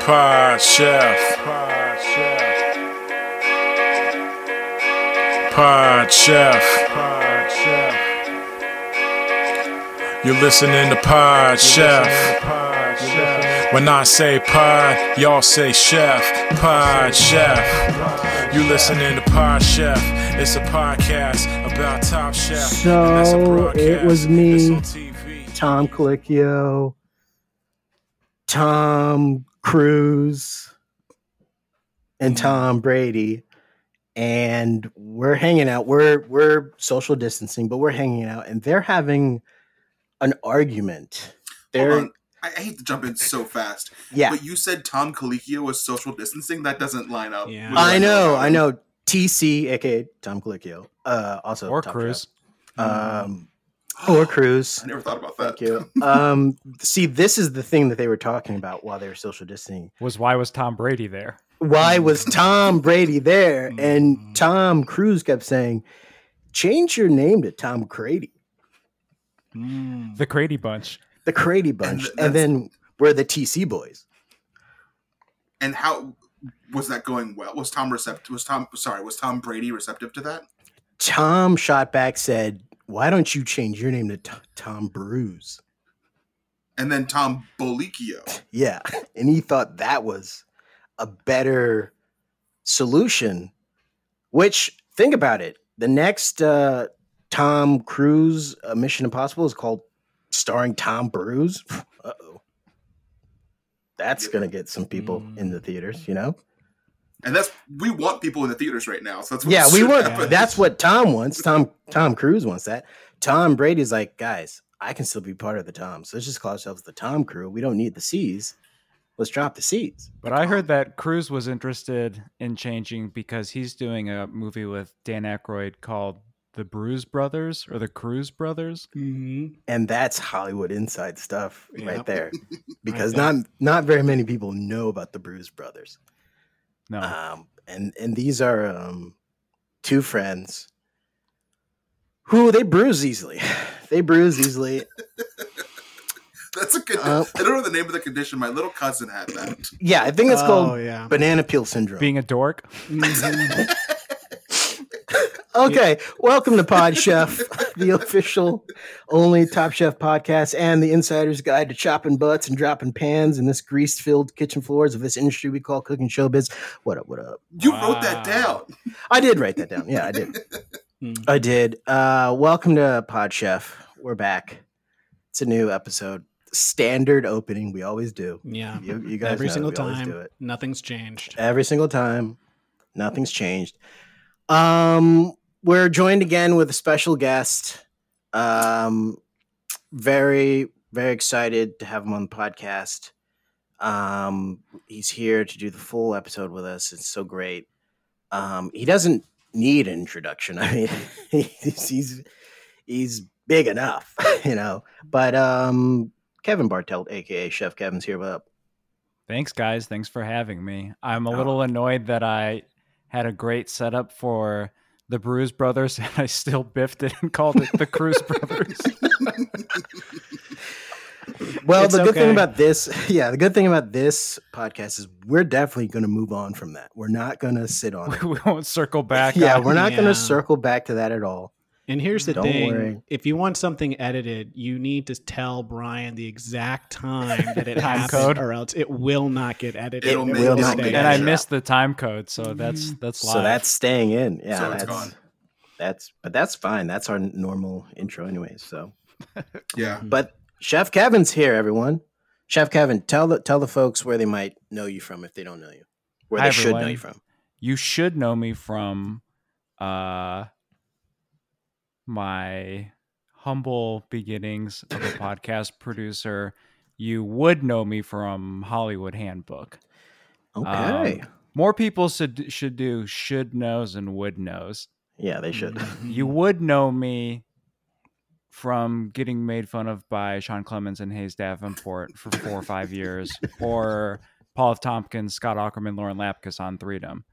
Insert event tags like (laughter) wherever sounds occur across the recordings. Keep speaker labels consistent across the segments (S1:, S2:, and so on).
S1: Pod Chef. Pod Chef. You're listening to Pod Chef. When I say pod, y'all say chef. Pod Chef. You listening to Pod Chef. It's a podcast about Top Chef. And that's a
S2: So it was
S1: broadcast. It's
S2: me,
S1: on TV.
S2: Tom Colicchio, Tom Cruise,
S3: Mm-hmm.
S2: and Tom Brady. And we're hanging out. We're we're social distancing, but we're hanging out and they're having an argument.
S3: Hold
S2: They're
S3: on. I I hate to jump in so fast,
S2: yeah.
S3: but you said Tom Colicchio was social distancing. That doesn't line up.
S4: Yeah.
S3: with what
S2: I know, I
S3: about him.
S2: know. TC aka Tom Colicchio. Uh also
S4: or
S2: Top
S4: Cruz.
S2: Chef. Um
S3: Mm-hmm.
S2: or
S3: (gasps)
S2: Cruz.
S3: I never thought about that.
S2: Thank you. Um, see, this is the thing that they were talking about while they were social distancing.
S4: was why was Tom Brady there?
S2: Why was Tom Brady there?
S4: Mm.
S2: And Tom Cruise kept saying, "Change your name to Tom Crady, Mm.
S4: The Crady Bunch.
S2: the Crady Bunch,"
S3: th-
S2: and, then we're the TC Boys.
S3: And how was that going? Well, was Tom receptive? Was Tom sorry? Was Tom Brady receptive to that?
S2: Tom shot back, said, "Why don't you change your name to T- Tom Bruise?"
S3: And then Tom Bolicchio.
S2: Yeah, (laughs) and he thought that was a better solution. Which think about it, the next uh, Tom Cruise uh, Mission Impossible is called starring Tom (laughs) Cruise. Uh oh, that's gonna get some people in the theaters, you know.
S3: And that's we want people in the theaters right now. So that's what
S2: Yeah, we
S3: should
S2: want.
S3: happen.
S2: That's what Tom wants. Tom Tom Cruise wants that. Tom Brady's like, guys, I can still be part of the Toms. Let's just call ourselves the Tom Crew. We don't need the C's. Let's drop the C's.
S4: But I heard that Cruz was interested in changing because he's doing a movie with Dan Aykroyd called The Bruise Brothers or The Cruz Brothers.
S2: and that's Hollywood inside stuff right
S5: Yep. (laughs)
S2: there, because
S4: there.
S2: not not very many people know about the Bruise Brothers.
S5: Oh.
S4: No,
S2: Um, and and these are um, two friends who they bruise easily. (sighs) they bruise easily.
S3: (laughs) That's a good.
S2: Uh,
S3: I don't know the name of the condition. My little cousin had that.
S2: Yeah, I think it's
S5: Oh
S2: called
S5: yeah.
S2: banana peel syndrome.
S4: being a dork.
S2: Mm.
S5: Mhm.
S2: okay, welcome to Pod
S5: (laughs)
S2: Chef, the official only Top Chef podcast and the insider's guide to chopping butts and dropping pans in this grease-filled kitchen floors of this industry we call cooking showbiz. What up? What up?
S3: You wrote that down.
S4: Wow.
S2: I did write that down. Yeah, I did.
S5: Hmm.
S2: I did. Uh, welcome to Pod Chef. We're back. It's a new episode. Standard opening. We always do.
S5: yeah.
S2: You, you guys
S5: Every
S2: know
S5: single
S2: that we always
S5: time,
S2: do it Eh,
S5: nothing's changed.
S2: every single time. Nothing's changed. Um, we're joined again with a special guest. Um, very very excited to have him on the podcast. Um, he's here to do the full episode with us. It's so great. Um, he doesn't need an introduction. (laughs) I mean, he's he's, he's big enough, (laughs) you know. But um, Kevin Bartelt, aka Chef Kevin's here. What up?
S4: (laughs) Thanks, guys. Thanks for having me. I'm a
S2: Oh.
S4: little annoyed that I had a great setup for The Bruise Brothers (laughs) and I still biffed it and called it The Cruz
S2: (laughs)
S4: Brothers. (laughs)
S2: Well,
S4: It's
S2: the good thing
S4: okay.
S2: about this, (laughs) yeah, the good thing about this podcast is we're definitely going to move on from that. We're not going to sit on it.
S4: we won't circle back.
S2: (laughs) yeah,
S4: on-
S2: we're not going
S5: Yeah.
S2: to circle back to that at all.
S5: And here's the
S2: Don't
S5: thing:
S2: worry.
S5: if you want something edited, you need to tell Brian the exact time that it
S4: (laughs) Time
S5: happened,
S4: code.
S5: or else it will not get edited.
S3: It'll
S5: It
S3: make-
S5: will
S2: it'll
S5: stay.
S2: make it
S4: and I
S2: Yeah.
S4: missed the time code, so that's that's live.
S2: Mm. So that's staying in. Yeah,
S3: So it's
S2: that's
S3: gone.
S2: that's but that's fine. That's our normal intro, anyways. So,
S3: Yeah.
S4: Hmm.
S2: but Chef Kevin's here, everyone. Chef Kevin, tell the tell the folks where they might know you from if they don't know you, where
S4: Hi,
S2: they should know
S4: everyone.
S2: you from.
S4: you should know me from uh my humble beginnings of a podcast producer. You would know me from Hollywood Handbook.
S2: Okay.
S4: Um, More people should should do should knows and would knows.
S2: yeah, they should.
S4: You would know me from getting made fun of by Sean Clemens and Hayes Davenport for four or five years, or Paul F. Tompkins, Scott Ackerman, Lauren Lapkus on Freedom.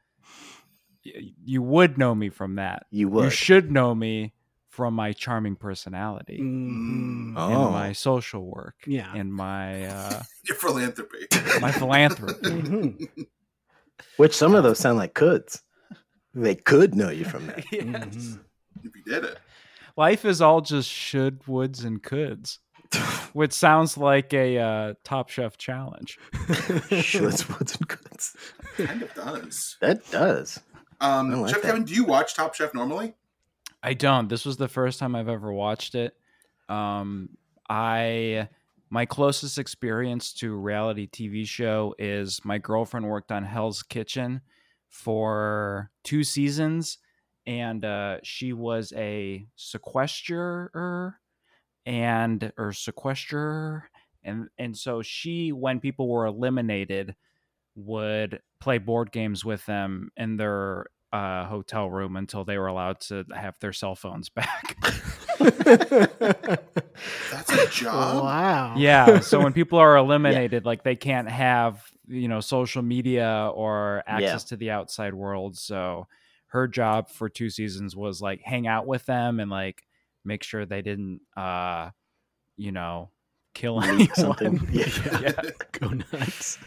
S4: Y- You would know me from that.
S2: You would.
S4: You should know me from my charming personality
S5: Mhm.
S2: Oh.
S4: and my social work
S5: Yeah.
S4: and my uh,
S3: Your philanthropy. (laughs)
S4: my philanthropy.
S5: (laughs) Mhm.
S2: Which some of those sound like coulds. They could know you from that.
S4: (laughs)
S5: Mm-hmm.
S4: yes.
S3: if you did it.
S4: Life is all just should, woulds, and coulds, which sounds like a uh, Top Chef challenge.
S2: Shoulds, woulds, and coulds.
S3: Kind of does.
S2: That does.
S3: Um,
S2: I like
S3: Chef
S2: that.
S3: Kevin, do you watch Top Chef normally?
S4: I don't. This was the first time I've ever watched it. Um, I my closest experience to a reality TV show is my girlfriend worked on Hell's Kitchen for two seasons, and uh, she was a sequesterer and or sequesterer, and and so she, when people were eliminated, would play board games with them in their uh, hotel room until they were allowed to have their cell phones (laughs) back.
S3: That's a job.
S2: Oh.
S5: wow.
S4: (laughs) yeah. So when people
S2: (laughs)
S4: are eliminated, like they can't have, you know, social media or
S2: Yeah.
S4: access to the outside world. So her job for two seasons was like hang out with them and like make sure they didn't, uh, you know, kill
S2: Leak
S4: (laughs) anyone.
S2: something. (laughs) Yeah.
S4: yeah.
S5: (laughs) Go
S4: (laughs)
S5: nuts.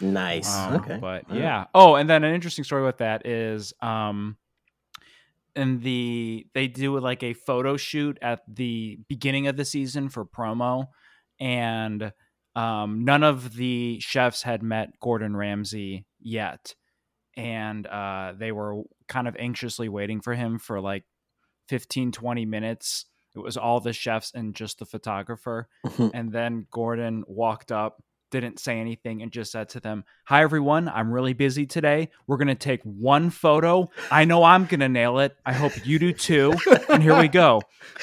S2: Nice.
S4: Um,
S2: okay.
S4: But
S2: All right.
S4: yeah. Oh, and then an interesting story with that is um in the they do like a photo shoot at the beginning of the season for promo and um none of the chefs had met Gordon Ramsay yet and uh they were kind of anxiously waiting for him for like 15 20 minutes. It was all the chefs and just
S2: (laughs)
S4: the photographer and then Gordon walked up, didn't say anything, and just said to them, Hi, everyone. I'm really busy today. We're going to take one photo. I know I'm going to nail it. I hope you do too. And here we go.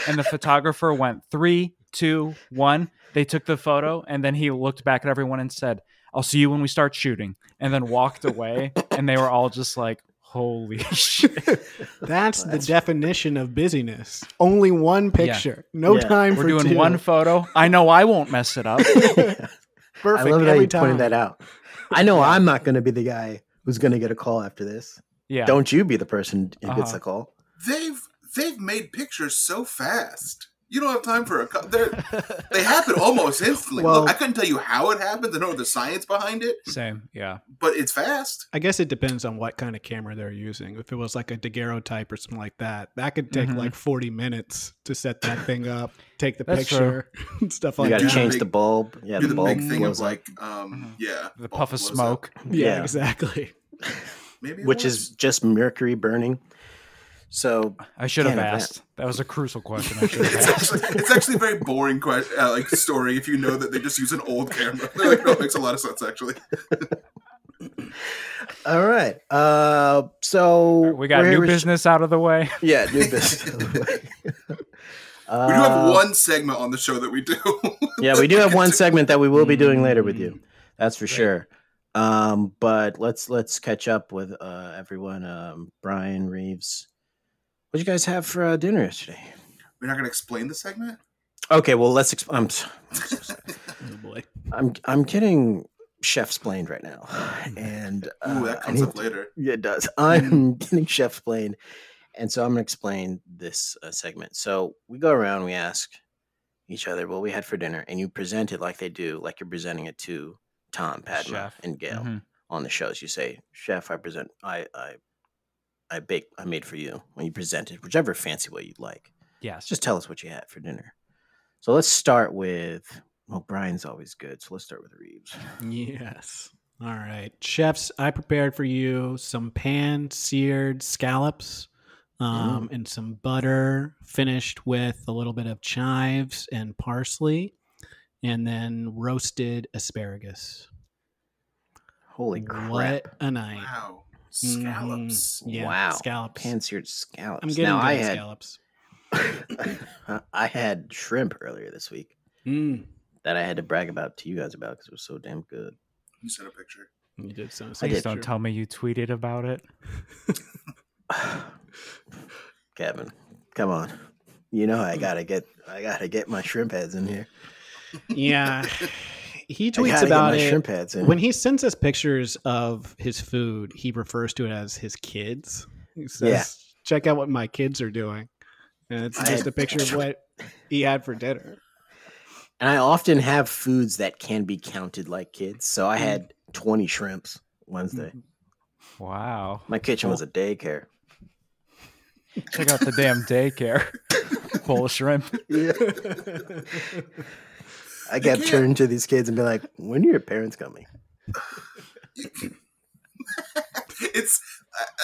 S4: And the photographer went three, two, one. They took the photo, and then he looked back at everyone and said, I'll see you when we start shooting. And then walked away, and they were all just like, Holy (laughs) shit.
S5: That's the definition of busyness. Only one picture. No
S2: Yeah.
S5: time
S4: We're
S5: for
S4: doing
S5: two.
S4: one photo. I know I won't mess it up.
S5: Perfect
S2: I love
S5: every
S2: that you
S5: time.
S2: pointed that out. I know I'm not going to be the guy who's going to get a call after this.
S4: Yeah.
S2: Don't you be the person who gets
S4: Uh-huh.
S2: the call.
S3: They've they've made pictures so fast. You don't have time for a
S2: (laughs)
S3: cou- they're They happen almost instantly.
S5: Well-
S3: Look, I couldn't tell you how it happens. I don't know the science behind it,
S4: Same. Yeah.
S3: but it's fast.
S5: I guess it depends on what kind of camera they're using. If it was like a daguerreotype or something like that, that could take
S4: Mhm.
S5: like 40 minutes to set that thing up, take the
S4: That's true.
S5: picture, (laughs) and stuff
S2: You
S5: like
S2: got to
S3: do
S5: that.
S3: the
S2: change
S3: big-
S2: the bulb. Yeah,
S3: do
S2: the
S3: the
S2: bulb
S3: big thing of
S2: blows up.
S3: like,
S2: Mm-hmm.
S3: um, yeah,
S4: The
S3: bulb
S4: puff of
S3: blows up.
S4: smoke.
S5: Yeah,
S2: yeah.
S5: exactly.
S3: Maybe it
S2: which is
S3: was.
S2: just mercury burning. So
S4: I should have
S2: Can't have
S4: asked. That was a crucial question. I
S3: (laughs)
S4: should
S3: It's
S4: have asked.
S3: actually, it's actually a very boring question, uh, like story if you know that they just use an old camera. (laughs) They're like, no, it makes a lot of sense actually.
S2: all right. Uh so
S4: We got
S2: we're
S4: new
S2: here with-
S4: business out of the way.
S2: (laughs) Yeah, new business. (laughs) uh,
S3: We do have one segment on the show that we do. (laughs)
S2: Yeah, we do have one segment that we will be doing later with you.
S5: Mm.
S2: That's for sure. Um, but let's let's catch up with uh, everyone. Um, Brian Reeves, what would you guys have for uh, dinner yesterday?
S3: We're not going to explain the segment.
S2: Okay, well let's. Exp- I'm s-
S5: Oh boy.
S2: I'm I'm getting chef's blamed right (sighs) now, and uh,
S3: Ooh, that
S2: I
S3: comes
S2: need
S3: up later.
S2: Yeah, it
S5: (laughs)
S2: does. I'm getting chef explained. And so I'm going to explain this uh, segment. So we go around, we ask each other what we had for dinner, and you present it like they do, like you're presenting it to Tom, Padma,
S4: Chef.
S2: and Gail
S5: Mm-hmm.
S4: Mhm.
S2: on the shows. You say, "Chef, I present, I, I, I bake, I made for you." When you present it, whichever fancy way you'd like,
S4: Yes.
S2: just tell us what you had for dinner. So let's start with. Well, Brian's always good, so let's start with Reeves.
S5: Yes. All right. Chefs, I prepared for you some pan seared scallops um, and some butter, finished with a little bit of chives and parsley, and then roasted asparagus.
S2: Holy crap!
S5: What a night.
S3: Wow,
S2: Mm-hmm.
S5: Mhm.
S3: scallops.
S5: Yeah,
S2: Wow.
S5: Scallops.
S2: Pan-seared scallops.
S5: I'm getting
S2: now
S5: good
S2: I
S5: at
S2: had
S5: scallops.
S2: (laughs) I had shrimp earlier this week
S5: Mm,
S2: that I had to brag about to you guys about because it was so damn good.
S3: You sent a picture.
S5: you did sound
S2: I
S4: Please
S2: did. (laughs)
S4: don't tell me you tweeted about it.
S2: Kevin, come on. You know I gotta get I gotta get my shrimp heads in here.
S4: (laughs)
S5: Yeah. He
S2: I
S5: tweets
S2: gotta
S5: about
S2: get my
S5: it.
S2: shrimp heads in.
S5: When he sends us pictures of his food, he refers to it as his kids. He says,
S2: Yeah.
S5: check out what my kids are doing. And it's
S2: I-
S5: just a
S2: (laughs)
S5: picture of what he had for dinner.
S2: And I often have foods that can be counted like kids. So I had 20 shrimps Wednesday.
S4: Wow.
S2: My kitchen was a daycare.
S4: Check out the damn daycare. Bowl of shrimp.
S2: I kept
S3: can't-
S2: turning to these kids and be like, when are your parents coming?
S3: (laughs) it's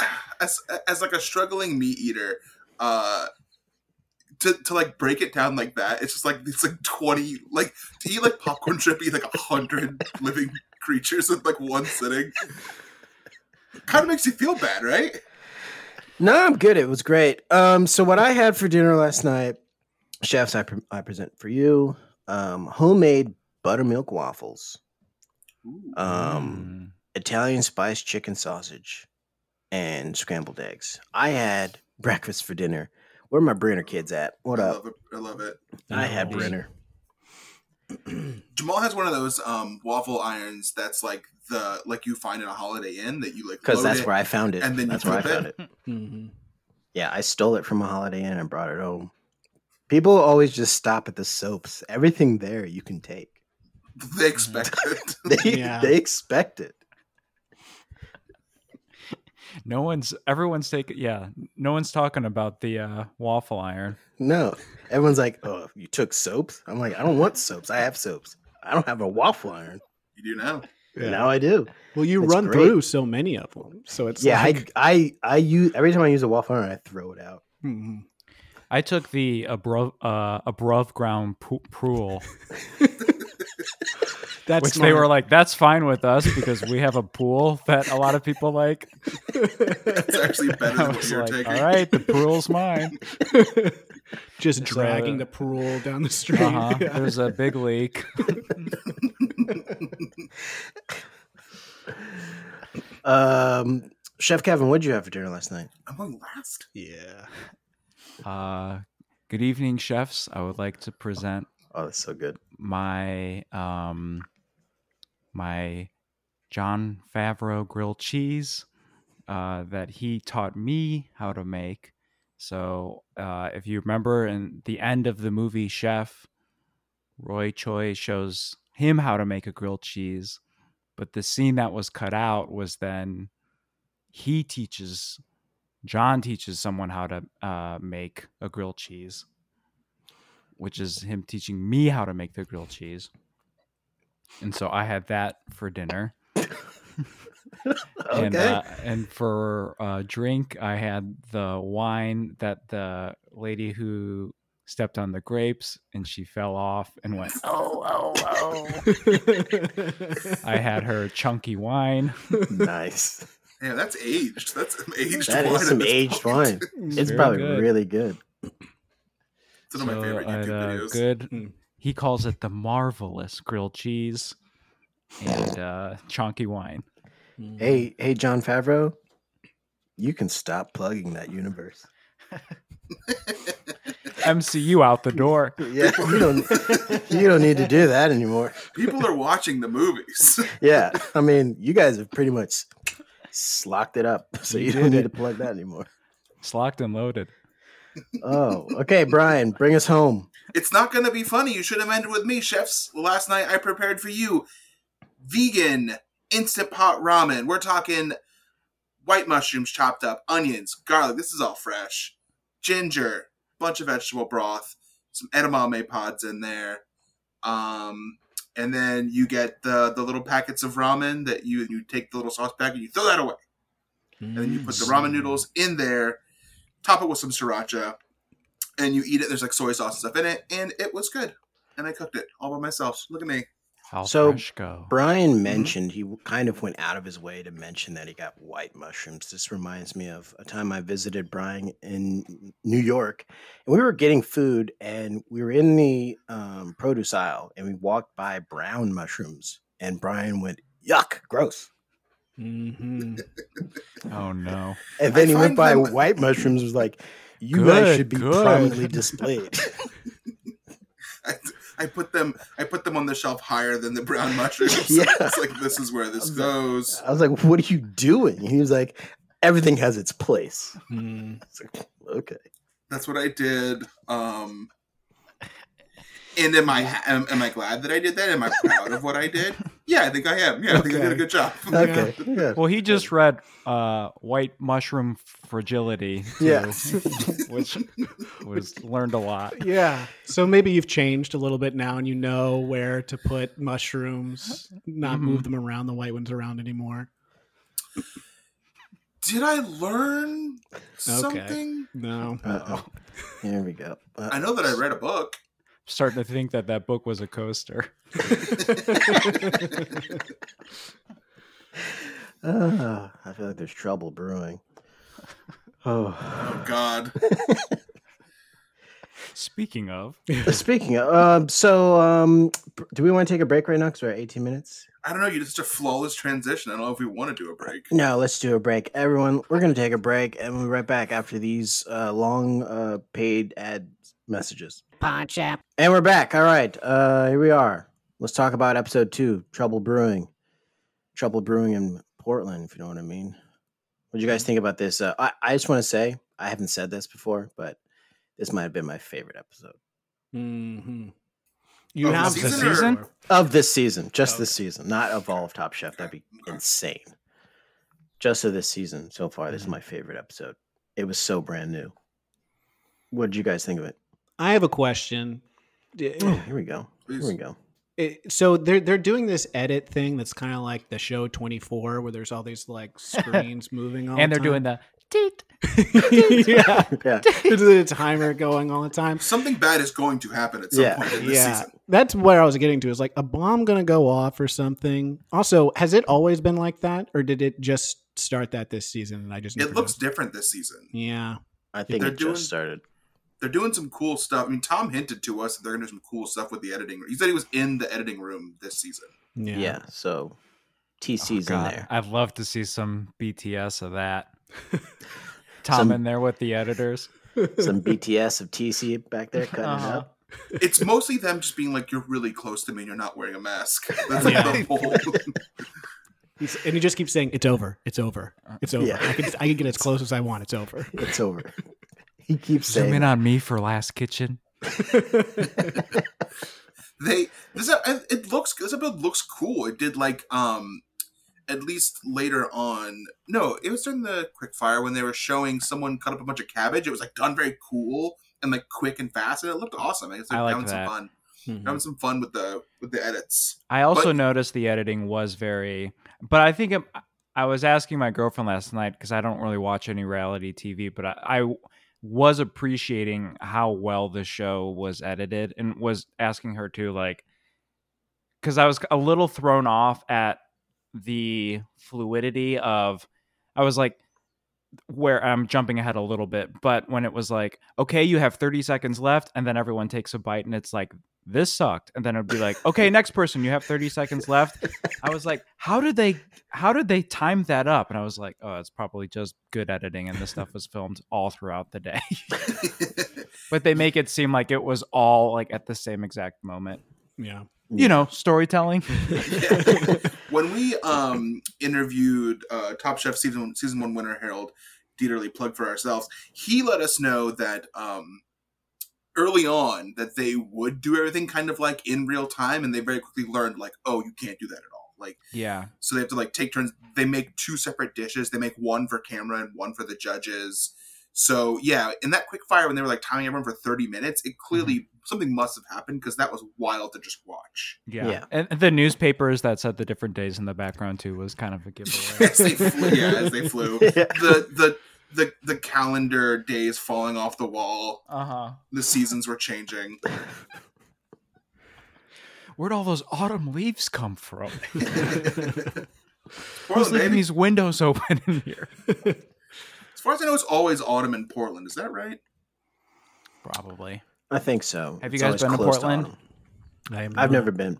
S3: uh, as as like a struggling meat eater uh to, to like break it down like that it's just like it's like 20 like to eat like popcorn shrimp eat like 100 living creatures in like one sitting kind of makes you feel bad right
S2: No, I'm good. It was great. Um, so what I had for dinner last night, chefs, I, pre- I present for you, um, homemade buttermilk waffles,
S3: Mm.
S2: um,
S4: Mm.
S2: Italian spiced chicken sausage, and scrambled eggs. I had breakfast for dinner. Where are my Brenner kids at? What
S3: i
S2: up?
S3: love it i love it
S2: I had
S5: Oh.
S2: Brenner.
S3: jamal has one of those um waffle irons that's like the like you find in a holiday inn that you like
S2: Because
S3: load
S2: that's
S3: it.
S2: where I found it.
S3: and then you
S2: that's where I
S3: flip it.
S2: found it.
S4: Mm-hmm.
S5: Mhm.
S2: Yeah, I stole it from a Holiday Inn and brought it home. People always just stop at the soaps. Everything there you can take. (laughs)
S3: (laughs) they expect it (laughs)
S2: They,
S5: Yeah.
S2: they expect it.
S4: No one's everyone's taking yeah, no one's talking about the uh, waffle iron.
S2: No, everyone's like, "Oh, you took soaps." I'm like, "I don't want soaps. I have soaps. I don't have a waffle iron."
S3: you do now
S5: Yeah.
S2: Now I do.
S5: Well, you
S2: It's
S5: run
S2: great.
S5: through so many of them, so it's
S2: yeah,
S5: like,
S2: I, I, I use every time I use a waffle iron, I throw it out.
S5: Mhm.
S4: I took the above uh above ground pu- pool,
S5: that's
S4: which they were like, "That's fine with us because we have a pool that a lot of people like."
S3: it's actually
S2: (laughs)
S3: better
S4: I
S3: than what
S4: was
S3: you're
S4: like,
S3: taking
S4: "All right, the pool's mine."
S5: like (laughs) just dragging
S4: uh,
S5: the pool down the street. (laughs)
S4: Uh-huh.
S5: Yeah.
S4: There's a big leak.
S2: Um, Chef Kevin, what did you have for dinner last night?
S3: i'm going last
S5: Yeah.
S4: Uh, good evening, chefs. I would like to present
S2: Oh, that's so good.
S4: my um my John Favreau grilled cheese uh, that he taught me how to make. So uh, if you remember in the end of the movie Chef, Roy Choi shows him how to make a grilled cheese, but the scene that was cut out was then he teaches John teaches someone how to uh, make a grilled cheese which is him teaching me how to make the grilled cheese. And so I had that for dinner.
S2: (laughs)
S3: (laughs)
S2: Okay,
S4: And, uh, and for uh, drink, I had the wine that the lady who stepped on the grapes and she fell off
S3: (laughs)
S4: and went, oh, oh, oh.
S5: (laughs)
S4: I had her chunky wine.
S2: (laughs) nice.
S3: Yeah, that's aged. That's an aged
S2: That
S3: wine.
S2: is some
S3: at this
S2: aged
S3: point.
S2: wine. It's
S4: Very
S2: probably
S4: good.
S2: really good.
S3: (laughs) It's one of my
S4: So
S3: favorite
S4: I had
S3: YouTube
S4: a
S3: videos. Hmm.
S4: Good.
S5: Mm.
S4: He calls it the marvelous grilled cheese and uh, chunky wine.
S5: Mm-hmm.
S2: Hey, hey, John Favreau, you can stop plugging that universe.
S4: MCU out the door.
S3: (laughs)
S2: Yeah, you don't, you don't need to do that anymore.
S3: People are watching the movies. (laughs)
S2: Yeah, (laughs) I mean, you guys have pretty much slocked it up, (laughs) so
S4: You
S2: you, don't
S4: did
S2: need
S4: it.
S2: to plug that anymore.
S4: It's locked and loaded.
S2: (laughs) Oh, okay, Brian, bring us home.
S3: it's not going to be funny. You should have ended with me, chefs. Last night I prepared for you vegan instant pot ramen. We're talking white mushrooms chopped up, onions, garlic. This is all fresh. Ginger, bunch of vegetable broth, some edamame pods in there. Um, and then you get the the little packets of ramen that you you take the little sauce packet, you throw that away. and then you put the ramen noodles in there, top it with some sriracha, and you eat it. There's like soy sauce and stuff in it, and it was good. And I cooked it all by myself. Look at me. (laughs)
S4: How
S2: So,
S4: fresh go.
S2: Brian mentioned he kind of went out of his way to mention that he got white mushrooms. This reminds me of a time I visited Brian in New York, and we were getting food, and we were in the um, produce aisle, and we walked by brown mushrooms, and Brian went, "Yuck, gross."
S5: Mhm.
S4: oh no.
S2: And then
S3: I
S2: he went
S3: find
S2: by
S3: them-
S2: white mushrooms, was like, "You
S4: Good,
S2: guys should be
S4: good."
S2: prominently displayed."
S3: I, I put them. I put them on the shelf higher than
S2: (laughs)
S3: the brown mushrooms.
S2: Yeah.
S3: (laughs) it's like this is where this
S2: I'm
S3: goes.
S2: I was like, "What are you doing?" And he was like, "Everything has its place." (laughs)
S5: Mm.
S2: I was like, okay.
S3: That's what I did. Um, and am I ha- am, am I glad that I did that? Am I proud of what
S2: (laughs)
S3: I did? Yeah, I think I am. Yeah, I think I did a
S5: Okay.
S3: good job. (laughs)
S2: Okay. Yeah.
S4: Well, he just read uh, "White Mushroom Fragility," too,
S2: Yes.
S4: (laughs) which was learned a lot.
S5: (laughs) Yeah. So maybe you've changed a little bit now and you know where to put mushrooms, not move them around, the white ones around anymore.
S3: Did I learn something?
S5: No.
S2: Uh-oh. Here we go. Uh,
S3: I know that I read a book.
S4: starting to think that that book was a coaster.
S2: uh, I feel like there's trouble brewing. Oh.
S3: Oh God.
S4: Speaking of,
S2: Uh, Speaking of, um, so um, do we want to take a break right now? Because we're at 18 minutes.
S3: I don't know. You just a flawless transition. I don't know if we want to do a break.
S2: No, let's do a break. Everyone, we're going to take a break and we'll be right back after these uh, long uh, paid ad messages.
S6: Podchap.
S2: And we're back. All right. Uh, here we are. Let's talk about episode two Trouble Brewing. Trouble Brewing in Portland, if you know what I mean. What do you guys think about this? Uh, I, I just want to say, I haven't said this before, but this might have been my favorite episode
S5: hmm You
S3: Oh,
S5: have
S3: the
S5: the
S3: season or-
S5: season?
S2: of this season, just this season, not of all of Top Chef. That'd be insane. Just of this season so far, this is my favorite episode. It was so brand new. What did you guys think of it?
S5: I have a question. D-
S2: Oh, here we go. Here
S3: Please.
S2: we go.
S5: it- so they're they're doing this edit thing that's kind of like the show 24 where there's all these (laughs) like screens moving all
S4: and
S5: the
S4: they're
S5: (laughs)
S4: doing the teet.
S5: doing yeah
S2: (laughs) Yeah.
S5: (laughs) there's a
S3: (laughs)
S5: timer going all the time
S3: Something bad is going to happen at some
S2: Yeah,
S3: point in this
S5: yeah
S3: season.
S5: that's where i was getting to is like a bomb gonna go off or something also has it always been like that or did it just start that this season and i just never
S3: It looks
S5: noticed?
S3: different this season.
S5: yeah
S2: I think
S3: they're
S2: it
S3: doing-
S2: just started.
S3: They're doing some cool stuff. I mean, Tom hinted to us that they're gonna do some cool stuff with the editing. He said he was in the editing room this season.
S5: yeah
S2: Yeah. so TC's in there.
S4: Oh, I'd love to see some BTS of that.
S2: (laughs)
S4: Tom
S2: Some-
S4: in there with the editors.
S2: Some BTS of TC back there cutting it
S4: Uh-huh.
S2: up.
S3: It's mostly them just being like, "You're really close to me, and you're not wearing a mask." That's like
S5: Yeah.
S3: the whole.
S5: He's- and he just keeps saying it's over it's over it's over
S2: Uh, Yeah.
S5: I, can, I can get as close as i want
S2: (laughs)
S5: it's over
S2: It's over. He keeps
S4: Zoom in
S2: saying,
S4: on me for Last Kitchen.
S3: they this ep- it looks this episode looks cool. It did like um at least later on. No, it was during the quick fire when they were showing someone cut up a bunch of cabbage. It was like done very cool and like quick and fast, and it looked awesome. I guess they're
S4: I
S3: having
S4: liked that.
S3: some
S4: Mm-hmm.
S3: fun.
S5: Mm-hmm.
S3: They're having some fun with the with the edits. (laughs)
S4: I also
S3: But-
S4: noticed the editing was very, but I think it, I was asking my girlfriend last night because I don't really watch any reality TV, but I, I was appreciating how well the show was edited and was asking her to like, because I was a little thrown off at the fluidity of, I was like, where I'm jumping ahead a little bit, but when it was like, okay, you have 30 seconds left, and then everyone takes a bite, and it's like, this sucked and then it'd be like okay next person you have 30 seconds left i was like how did they how did they time that up and i was like oh it's probably just good editing and this stuff was filmed all throughout the day (laughs) but they make it seem like it was all like at the same exact moment
S5: yeah
S4: you know storytelling
S3: when we um interviewed uh, Top Chef season season one winner Harold Dieterle, plug for ourselves, he let us know that um early on that they would do everything kind of like in real time, and they very quickly learned like, oh, you can't do that at all. Like,
S4: yeah
S3: so they have to like take turns. They make two separate dishes. They make one for camera and one for the judges. So yeah, in that quick fire when they were like timing everyone for thirty minutes, it clearly something must have happened because that was wild to just watch.
S4: yeah,
S2: Yeah.
S4: and the newspapers that said the different days in the background too was kind of a
S3: (laughs)
S4: giveaway
S3: as they
S2: (laughs)
S3: flew, yeah, as they flew.
S2: Yeah.
S3: The the the the calendar days falling off the wall.
S4: uh-huh
S3: The seasons were changing.
S4: where'd all those autumn leaves come from (laughs) who's
S3: Portland,
S4: leaving
S3: baby.
S4: these windows open in here
S3: As far as I know, it's always autumn in Portland. Is that right?
S4: probably
S2: I think so.
S4: Have you
S2: It's
S4: guys
S2: always
S4: been to
S2: close
S4: Portland? Mm-hmm.
S2: autumn.
S5: I am
S2: I've
S5: not-
S2: never been.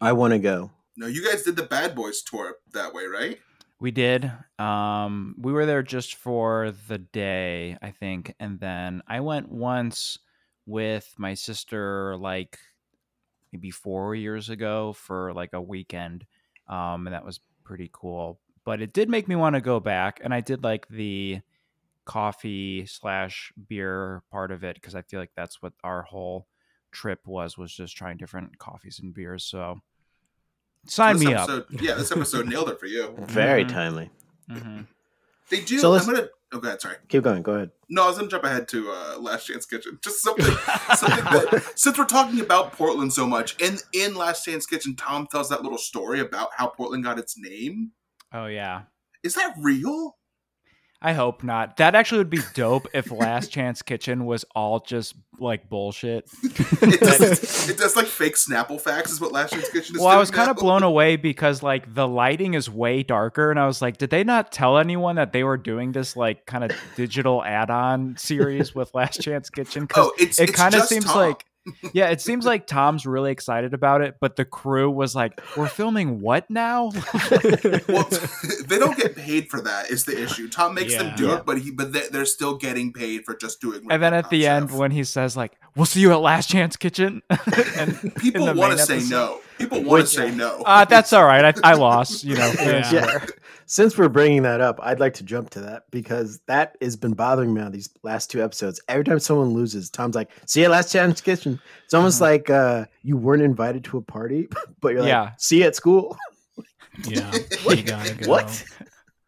S2: I want to go.
S3: No, you guys did the Bad Boys tour up that way, right?
S4: We did. Um, we were there just for the day, I think, and then I went once with my sister, like maybe four years ago, for like a weekend, um, and that was pretty cool. But it did make me want to go back, and I did like the coffee slash beer part of it because I feel like that's what our whole trip was was just trying different coffees and beers. So sign
S3: This
S4: me up.
S3: episode, Yeah, this episode nailed it for you.
S2: Very
S4: Mhm.
S2: timely.
S4: hmm
S3: They do.
S2: So let's-
S3: I'm gonna. Oh, go ahead. Sorry.
S2: Keep going. Go ahead.
S3: No, I was gonna jump ahead to uh, Last Chance Kitchen. Just
S4: (laughs)
S3: something, something that since we're talking about Portland so much, in in Last Chance Kitchen, Tom tells that little story about how Portland got its name.
S4: Oh yeah.
S3: Is that real?
S4: I hope not. That actually would be dope if Last Chance Kitchen was all just
S3: (laughs)
S4: like bullshit.
S3: It
S4: (laughs)
S3: does, it does like fake Snapple facts. Is what Last Chance Kitchen is.
S4: Well, I
S3: doing
S4: was kind of
S3: now.
S4: blown away because like the lighting is way darker, and I was like, did they not tell anyone that they were doing this like kind of digital add-on series with Last Chance Kitchen? 'Cause
S3: (laughs) Oh, it's
S4: it kind of
S3: just
S4: seems
S3: Tom. (laughs)
S4: like yeah it seems like tom's really excited about it but the crew was like we're filming what
S3: (laughs)
S4: now (laughs)
S3: well, (laughs) they don't get paid for that. Is the issue? Tom makes them
S5: Yeah.
S3: do
S2: Yeah.
S3: it, but he but they, they're still getting paid for just doing.
S4: and then at the end
S3: when.
S4: when he says like we'll see you at last chance kitchen (laughs) and
S3: People
S4: in the
S3: want
S4: main
S3: to say
S4: episode.
S3: no. People want
S2: Which-
S3: to say no.
S4: uh, that's all right I, I lost you know fair and
S5: Yeah.
S4: square.
S2: Since we're bringing that up, I'd like to jump to that because that has been bothering me on these last two episodes. Every time someone loses, Tom's like, "See you at last chance kitchen." It's almost
S4: Mhm.
S2: like uh, you weren't invited to a party, (laughs) but you're like,
S4: Yeah.
S2: "See you at school."
S5: Yeah.
S2: (laughs)
S3: What?
S5: You gotta go.
S2: What?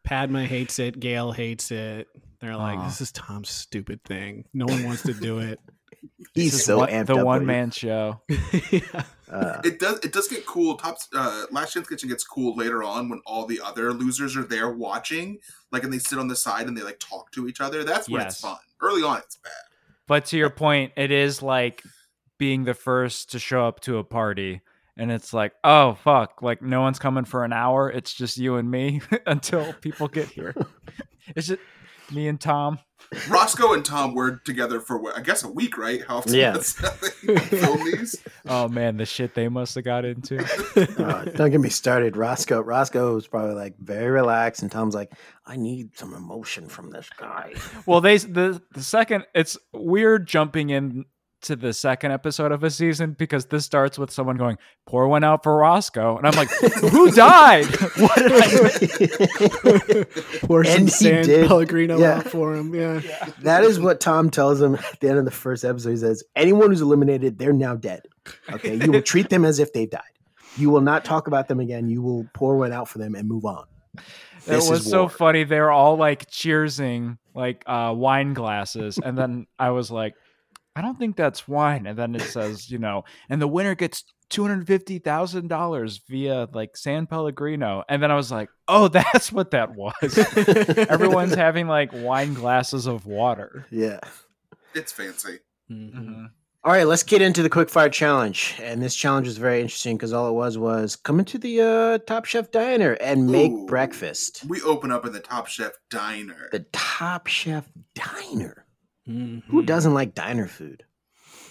S5: Padma hates it. Gail hates it. They're like,
S4: Aw.
S5: this is Tom's stupid thing. No one wants to do it.
S2: (laughs)
S5: (laughs)
S2: He's
S4: (laughs) This is
S2: so
S4: one-
S2: amped
S4: the
S2: up.
S4: one
S2: when
S4: man show
S5: yeah.
S2: he- uh,
S3: it does. It does get cool. Tops. Uh, Last Chance Kitchen gets cool later on when all the other losers are there watching. Like, and they sit on the side and they like talk to each other. That's when
S4: Yes.
S3: it's fun. Early on, it's bad.
S4: but to your point it is like being the first to show up to a party and it's like oh fuck like no one's coming for an hour it's just you and me (laughs) until people
S2: (laughs)
S4: get here is it me and tom
S3: Roscoe and Tom were together for what I guess a week, right? How often?
S2: Yeah.
S3: that's- film these.
S4: Oh man, the shit they must have got into.
S2: (laughs) uh, don't get me started. Roscoe, Roscoe was probably like very relaxed, and Tom's like, "I need some emotion from this guy."
S4: Well, they the the second it's weird jumping in to the second episode of a season because this starts with someone going, "Pour one out for Roscoe," and I'm like,
S2: (laughs)
S4: "Who died? what did I?" do?"
S5: Pour
S2: And
S5: some
S2: he
S5: San
S2: did.
S5: Pellegrino
S2: Yeah.
S5: out for him. Yeah.
S2: That is what Tom tells him at the end of the first episode. He says, Anyone who's eliminated, they're now dead. Okay. You will treat them as if they've died. You will not talk about them again. You will pour one out for them and move on.
S4: It
S2: This
S4: was
S2: is
S4: so
S2: war.
S4: funny. They're all like cheersing like uh, wine glasses, and then I was like, "I don't think that's wine." And then it says, you know, and the winner gets. Two hundred fifty thousand dollars via like San Pellegrino, and then I was like, "Oh, (laughs) that's what that was."
S5: (laughs)
S4: Everyone's having like wine glasses of water.
S2: (laughs) Yeah.
S3: It's fancy.
S2: Mm-hmm. All right, let's get into the quickfire challenge. And this challenge was very interesting because all it was was come into the uh, Top Chef diner and make
S3: Ooh.
S2: breakfast.
S3: We open up in the Top Chef diner.
S2: The Top Chef diner.
S5: Mhm.
S2: Who doesn't like diner food?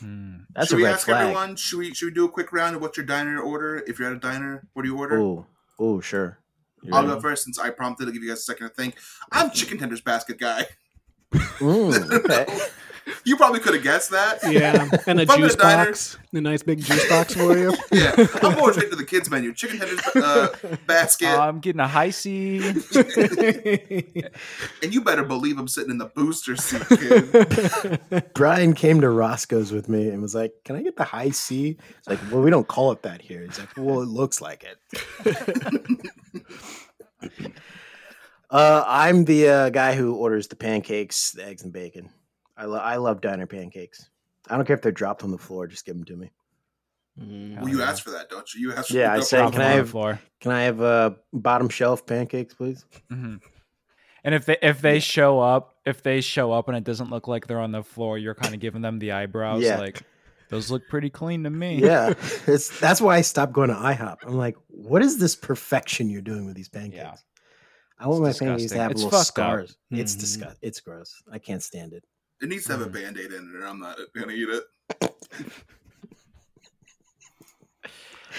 S4: Hmm.
S2: That's
S3: should
S2: a
S3: we
S2: red
S3: ask
S2: flag.
S3: everyone? Should we should we do a quick round of what's your diner order? If you're at a diner, what do you order?
S2: Oh, oh,
S3: (laughs)
S2: sure. You
S3: I'll
S2: ready?
S3: go first since I prompted. I'll give you guys a second to think. I'm chicken tenders basket guy. (laughs)
S2: Mm, okay.
S3: You probably could have guessed that.
S5: Yeah. And a
S3: If I'm at
S5: juice
S3: a diner-
S5: box. A nice big juice box for you.
S3: (laughs) Yeah, I'm more straight to the kids menu. Chicken tenders uh,
S2: (laughs)
S3: basket,
S4: I'm getting a high C.
S3: and you better believe I'm sitting in the booster seat,
S2: (laughs)
S3: kid.
S2: Brian came to Roscoe's with me and was like, "Can I get the high C?" It's like, "Well, we don't call it that here." He's like, "Well, it looks like it."
S3: (laughs)
S2: uh, I'm the uh, guy who orders the pancakes, the eggs, and bacon. I, lo- I love diner pancakes. I don't care if they're dropped on the floor; just give them to me.
S3: well, you asked for that, don't you? You asked. For
S2: Yeah, I
S3: no
S2: say,
S3: problem.
S2: can I have-
S4: floor?
S2: Can I have uh, bottom shelf pancakes, please?
S4: Mhm. And if they if they show up, if they show up and it doesn't look like they're on the floor, you're kind of giving them the eyebrows
S2: Yeah.
S4: like those look pretty clean to (laughs) me.
S2: Yeah, it's, that's why I stopped going to IHOP. I'm like, "What is this perfection you're doing with these pancakes?"
S4: Yeah.
S2: I want
S4: It's
S2: my pancakes to
S4: disgusting.
S2: have
S4: It's
S2: little
S4: fucked up. Mm-hmm.
S2: scars. It's
S5: Mhm.
S2: disgust. It's gross. I can't stand it.
S3: It needs to have a
S4: Mhm.
S3: band aid in it, or I'm not gonna eat it.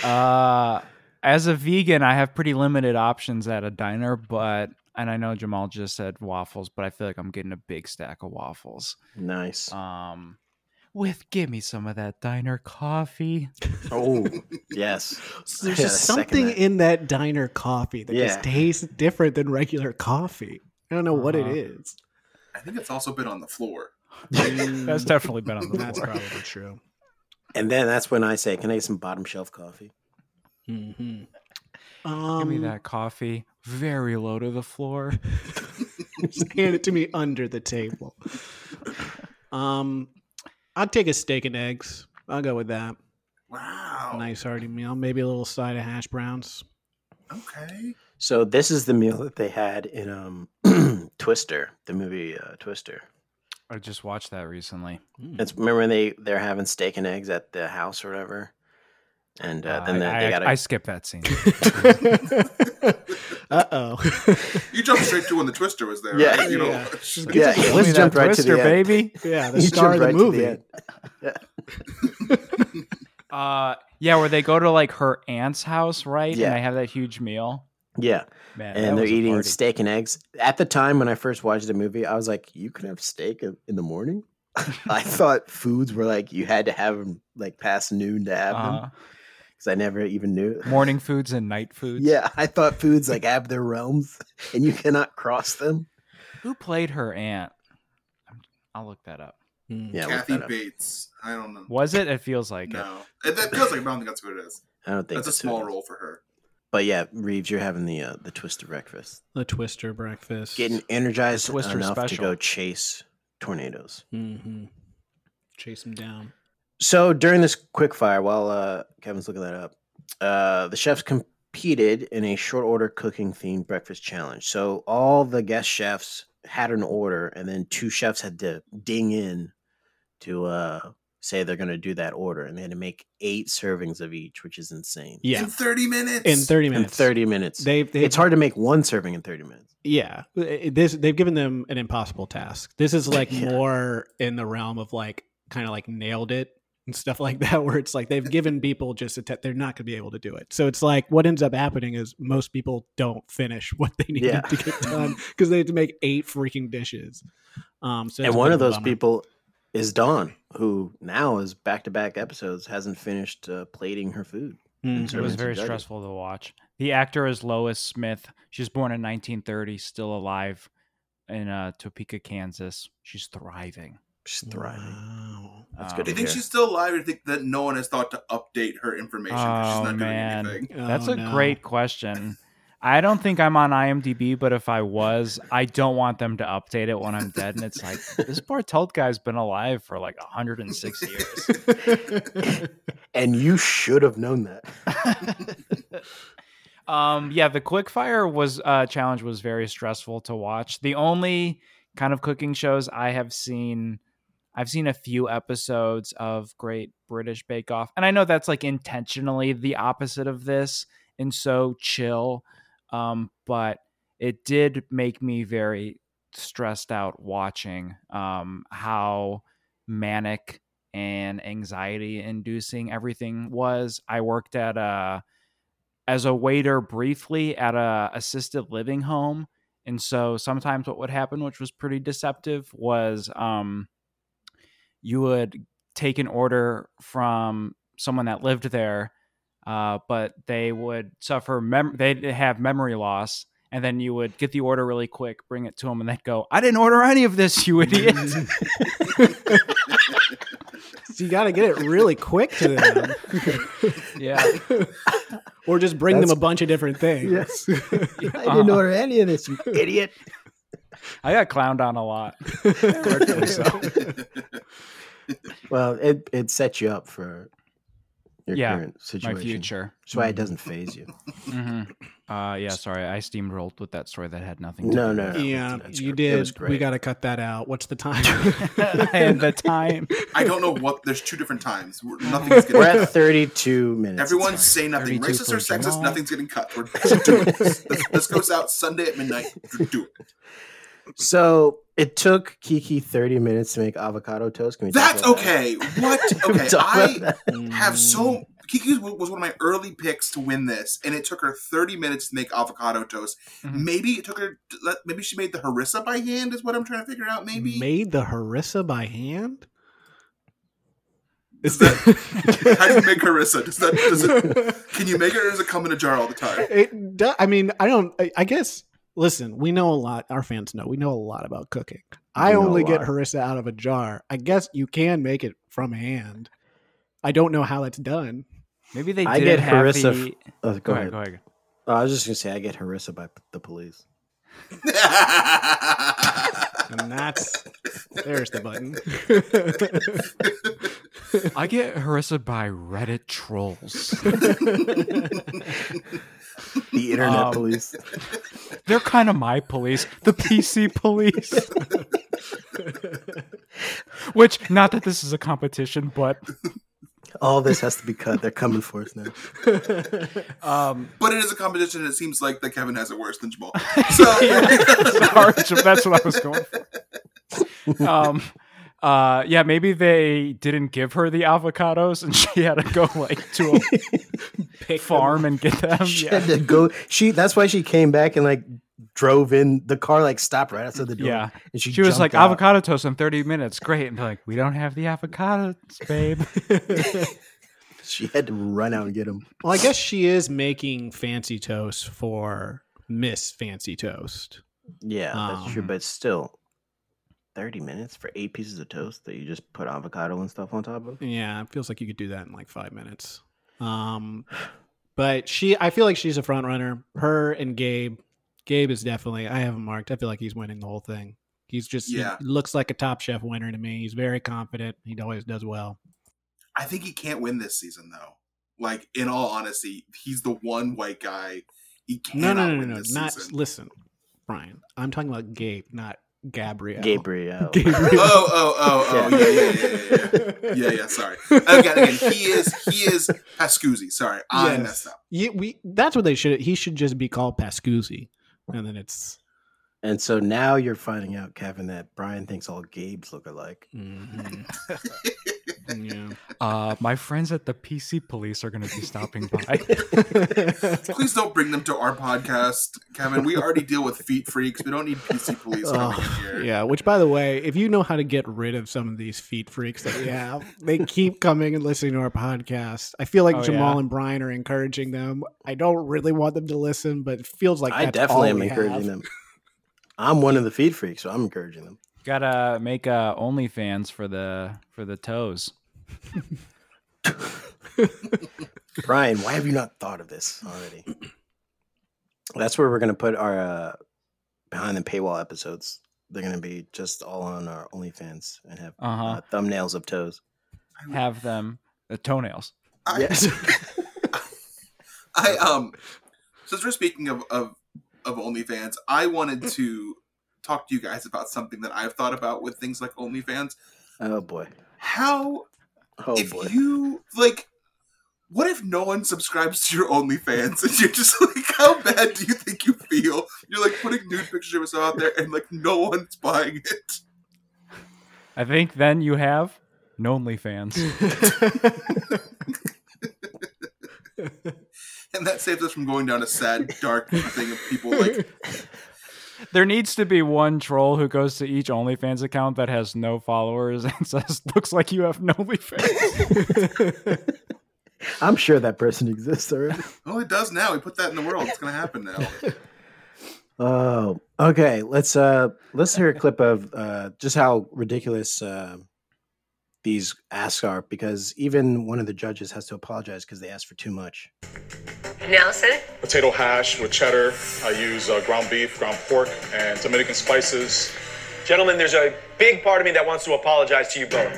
S4: Uh, as a vegan, I have pretty limited options at a diner, but and I know Jamal just said waffles, but I feel like I'm getting a big stack of waffles.
S2: Nice.
S4: Um, with give me some of that diner coffee.
S2: oh, yes.
S5: So there's
S2: Yeah,
S5: just
S2: I second
S5: something
S2: that.
S5: in that diner coffee that
S2: Yeah.
S5: just tastes different than regular coffee. I don't know what it
S4: Uh-huh.
S5: is.
S3: I think it's also been on the floor.
S2: Mm.
S5: (laughs)
S4: That's definitely been on
S2: (laughs)
S4: the
S5: That's
S4: floor.
S5: probably true.
S2: And then that's when I say, "Can I get some bottom shelf coffee?"
S5: hmm
S4: Give
S5: Um,
S4: me that coffee, very low to the floor.
S5: (laughs) Just hand it to me under the table. Um, I'll take a steak and eggs. I'll go with that.
S3: Wow.
S5: Nice hearty meal. Maybe a little side of hash browns.
S3: Okay.
S2: So this is the meal that they had in um, (clears throat) Twister, the movie uh, Twister.
S4: I just watched that recently.
S5: Mm.
S2: It's remember when they they're having steak and eggs at the house or whatever, and uh,
S4: Uh,
S2: then they,
S4: I,
S2: they
S4: I-
S2: got
S4: I
S2: a
S4: skipped that scene.
S5: (laughs) uh oh.
S3: You jumped straight to when the twister was there.
S2: Yeah.
S3: right? You
S5: Yeah.
S3: (laughs) Don't,
S4: (laughs)
S2: Yeah,
S4: Give
S2: let's
S4: me that
S2: jump right to the
S4: Twister,
S2: end.
S4: baby.
S5: yeah, the
S2: You
S5: star of
S2: jumped
S5: the
S2: right to
S5: movie.
S2: end.
S4: (laughs) Uh, yeah, where they go to like her aunt's house, right?
S2: Yeah.
S4: And they have that huge meal.
S2: yeah,
S4: Man, that
S2: and they're
S4: was a
S2: eating
S4: party.
S2: steak and eggs. At the time when I first watched the movie, I was like, "You could have steak in in the morning." (laughs)
S4: (laughs)
S2: I thought foods were like you had to have them like past noon to have them
S4: Uh,
S2: because I never even knew.
S4: morning foods and night foods.
S2: Yeah, I thought foods like have their realms (laughs) and you cannot cross them.
S4: Who played her aunt? I'm- I'll look that up.
S5: Mm.
S2: Yeah, look
S3: Kathy
S2: that up.
S3: Bates. I don't know.
S4: Was it? It feels like it.
S3: No. It, that feels like I don't think that's what it is.
S2: I don't think
S3: That's a
S2: who it
S3: small
S2: is.
S3: role for her.
S2: But yeah, Reeves, you're having the uh, the Twister breakfast,
S5: The Twister breakfast.
S2: getting energized
S4: The Twister
S2: enough to
S4: special.
S2: go chase tornadoes.
S5: hmm Chase him down.
S2: So during this quick fire, while uh, Kevin's looking that up, uh, the chefs competed in a short order cooking themed breakfast challenge. So all the guest chefs had an order, and then two chefs had to ding in to uh, say they're going to do that order, and they had to make eight servings of each, which is insane.
S5: Yeah,
S3: In 30 minutes.
S5: in thirty
S2: in
S5: minutes.
S2: thirty minutes,
S5: They've, they've
S2: it's hard to make one serving in thirty minutes.
S5: Yeah, It- this they've given them an impossible task. This is like
S2: (laughs) Yeah.
S5: more in the realm of like kind of like nailed it and stuff (laughs) like that, where it's like they've given people just a te- they're not going to be able to do it. So it's like what ends up happening is most people don't finish (laughs) what they need
S2: Yeah.
S5: to
S2: (laughs)
S5: get done because they have to make eight freaking dishes. Um, so
S2: and
S5: it's a
S2: one
S5: bit
S2: of
S5: a
S2: those
S5: bummer.
S2: people is Dawn, who now is back to back episodes hasn't finished uh, plating her food. (laughs)
S4: It
S5: Mhm.
S4: was
S2: Terminator
S4: very
S2: Judgment.
S4: stressful to watch. The actor is Lois Smith. She was born in 1930, still alive in uh, Topeka, Kansas. She's thriving. Um,
S2: She's thriving.
S5: Wow.
S2: That's good to
S3: Do you think
S2: Yeah.
S3: she's still alive or do you think that no one has thought to update her information because she's
S4: Oh,
S3: not
S4: man.
S3: doing anything?
S4: That's
S5: Oh,
S4: a
S5: no.
S4: great question. I don't think I'm on IMDb, but if I was, I don't want them to update it when I'm dead. And it's like,
S3: (laughs)
S4: this Bartelt guy's been alive for like 106 years.
S2: And you should have known that. (laughs)
S4: (laughs) um, yeah, the quickfire was uh, challenge was very stressful to watch. The only kind of cooking shows I have seen, I've seen a few episodes of Great British Bake Off, and I know that's like intentionally the opposite of this, and so chill. Um, but it did make me very stressed out watching um, how manic and anxiety inducing everything was. I worked at a as a waiter briefly at a assisted living home and so sometimes what would happen which was pretty deceptive was um you would take an order from someone that lived there uh, but they would suffer mem- they'd have memory loss and then you would get the order really quick bring it to them and they'd go i didn't order any of this you idiot
S5: So you got to get it really quick to
S2: (laughs)
S5: them,
S4: yeah
S5: or just bring them
S2: That's-
S5: a bunch of different things.
S2: Yes.
S5: (laughs)
S2: I
S4: didn't
S2: order any of this, you idiot.
S4: (laughs) i got clowned on a lot
S2: Well, it, it sets you up for your
S4: Yeah,
S2: current
S4: my
S2: situation.
S4: future Mm-hmm.
S2: That's why it doesn't phase you.
S4: hmm Uh, yeah, sorry, I steamrolled with that story that had nothing. to
S2: No,
S4: do
S2: no,
S4: with
S2: no.
S5: Yeah,
S2: That's
S5: you
S2: gr- it was
S5: did. We
S2: great.
S5: got to cut that out.
S2: (laughs)
S5: What's the time? (laughs)
S4: it. (laughs) I had the time.
S3: I don't know what. There's two different times. We're- Nothing's
S2: We're
S3: getting
S5: (laughs)
S2: at
S3: cut.
S2: 32 minutes.
S3: Everyone
S2: It's
S3: say nothing.
S4: 32
S3: Racist or
S4: for
S3: sexist,
S4: Jamal.
S3: nothing's getting cut. We're (laughs) doing this. this. This goes out Sunday at midnight. Do it.
S2: fine. So it took Kiki 30 minutes to make avocado toast. Can we talk
S3: That's
S2: about that?
S3: okay.
S2: (laughs)
S3: What? Okay,
S2: Talk about
S3: I
S2: that.
S3: have so. Kiki was one of my early picks to win this, and it took her 30 minutes to make avocado toast.
S4: Mhm.
S3: Maybe it took her. Maybe she made the harissa by hand. Is what I'm trying to figure out. Maybe.
S5: Mm, made the harissa by hand.
S3: Is
S5: (laughs)
S3: that, how do you make harissa? Does that? Does it? Can you make it, or does it come in a jar all
S2: (laughs)
S3: the time? (laughs)
S5: It do- I mean, I don't. I, I guess. Listen, we know a lot. Our fans know we know a lot about cooking. I
S6: You know
S5: only
S6: a
S5: get
S6: lot.
S5: harissa out of a jar. I guess you can make it from hand. I don't know how that's done.
S4: Maybe they did
S2: I
S4: it
S2: get harissa
S4: happy.
S2: Oh,
S4: Go ahead, go ahead.
S2: Oh, I was just gonna say I get harassed by p- the police.
S3: (laughs)
S5: And that's there's
S3: (laughs)
S5: the button.
S4: I get harissa by Reddit trolls.
S2: The internet
S4: Um,
S2: police.
S4: (laughs) They're kind of my police, the
S2: (laughs)
S4: PC police. Which, not that this is a competition, but
S2: All this has to be cut. They're coming for us now.
S4: um,
S3: but it is a competition, and it seems like that Kevin has it worse
S2: (laughs)
S3: than Jamal.
S4: (laughs)
S3: So,
S4: hardship. That's what I was going for. Um, uh, yeah, maybe they didn't give her the avocados, and (laughs) she had to go
S2: (laughs)
S4: like to a farm and get (laughs) them.
S2: She
S4: Yeah.
S2: had to go. She. That's why she came back and like drove in. The car like stopped right outside the door.
S4: Yeah.
S2: and
S4: She was
S2: jumped
S4: like
S2: out.
S4: avocado toast in 30 minutes. Great. And they're like, we don't have the avocados, babe.
S2: She had to run out and get him.
S5: Well, I guess she is making fancy toast for Miss Fancy Toast.
S2: Yeah, that's true.
S5: Um,
S2: But still, thirty minutes for eight pieces of toast that you just put avocado and stuff on top of.
S5: Yeah, it feels like you could do that in like five minutes. Um, but she, I feel like she's a front runner. Her and Gabe. Gabe is definitely. I have him marked. I feel like he's winning the whole thing. He's just he
S3: Yeah.
S5: looks like a Top Chef winner to me. He's very confident. He always does well.
S3: I think he can't win this season, though. Like, in all honesty, he's the one white guy. He
S5: No,
S3: cannot
S5: no, no,
S3: win
S5: no, no.
S3: this
S5: Not
S3: season.
S5: listen, Brian. I'm talking about Gabe, not Gabrielle.
S2: Gabriel.
S5: (laughs) Gabriel.
S3: (laughs) Oh, oh, oh, oh, yeah, yeah, yeah, yeah, yeah. yeah. Yeah, yeah, sorry. Again,
S5: (laughs)
S3: again, he is he is Pascuzzi. Sorry, I
S5: Yes.
S3: messed up.
S5: Yeah, we. That's what they should. He should just be called Pascuzzi, and then it's.
S2: And so now you're finding out, Kevin, that Brian thinks all Gabe's look alike.
S5: Mm-hmm. (laughs) yeah.
S4: Uh, my friends at the PC police are going to be
S2: (laughs)
S4: stopping (laughs) by.
S3: Please don't bring them to our podcast, Kevin. We already deal with feet freaks. We don't need PC police coming in
S5: Oh,
S3: here.
S5: Yeah, which by the way, if you know how to get rid of some of these feet freaks that we have, they keep coming and listening to our podcast. I feel like
S4: Oh,
S5: Jamal
S4: yeah.
S5: and Brian are encouraging them. I don't really want them to listen, but it feels like
S2: I
S5: that's
S2: definitely
S5: all
S2: am
S5: we
S2: encouraging
S5: have.
S2: them. I'm one of the feed freaks, so I'm encouraging them.
S4: Gotta make uh, OnlyFans for the for the toes.
S2: Brian, why have you not thought of this already? (clears throat) That's where we're going to put our uh, behind the paywall episodes. They're going to be just all on our OnlyFans and have
S4: Uh huh.
S2: uh, thumbnails of toes.
S4: Have them the toenails.
S3: I,
S2: Yes.
S3: I um since we're speaking of, of of OnlyFans, I wanted to talk to you guys about something that I've thought about with things like OnlyFans.
S2: (laughs) oh boy.
S3: How
S2: Oh
S3: if
S2: boy.
S3: you like what if no one subscribes to your OnlyFans and you're just (laughs) like, how bad do you think you feel? You're like putting nude pictures of yourself out there and like no one's buying it.
S4: I think then you have no OnlyFans.
S3: And that saves us from going down a sad, dark thing of people
S2: (laughs)
S3: like,
S4: there needs to be one troll who goes to each OnlyFans account that has no followers (laughs) and says, "Looks like you have no OnlyFans." (laughs)
S2: I'm sure that person exists already.
S3: oh, it does now. We put that in the world.
S2: (laughs)
S3: It's going to happen now.
S2: Oh, okay. Let's uh let's hear a clip of uh just how ridiculous uh, these asks are because even one of the judges has to apologize because they asked for too much.
S7: Nelson,
S8: potato hash with cheddar. I use uh, ground beef, ground pork, and Dominican spices.
S9: Gentlemen, there's a big part of me that wants to apologize to you both.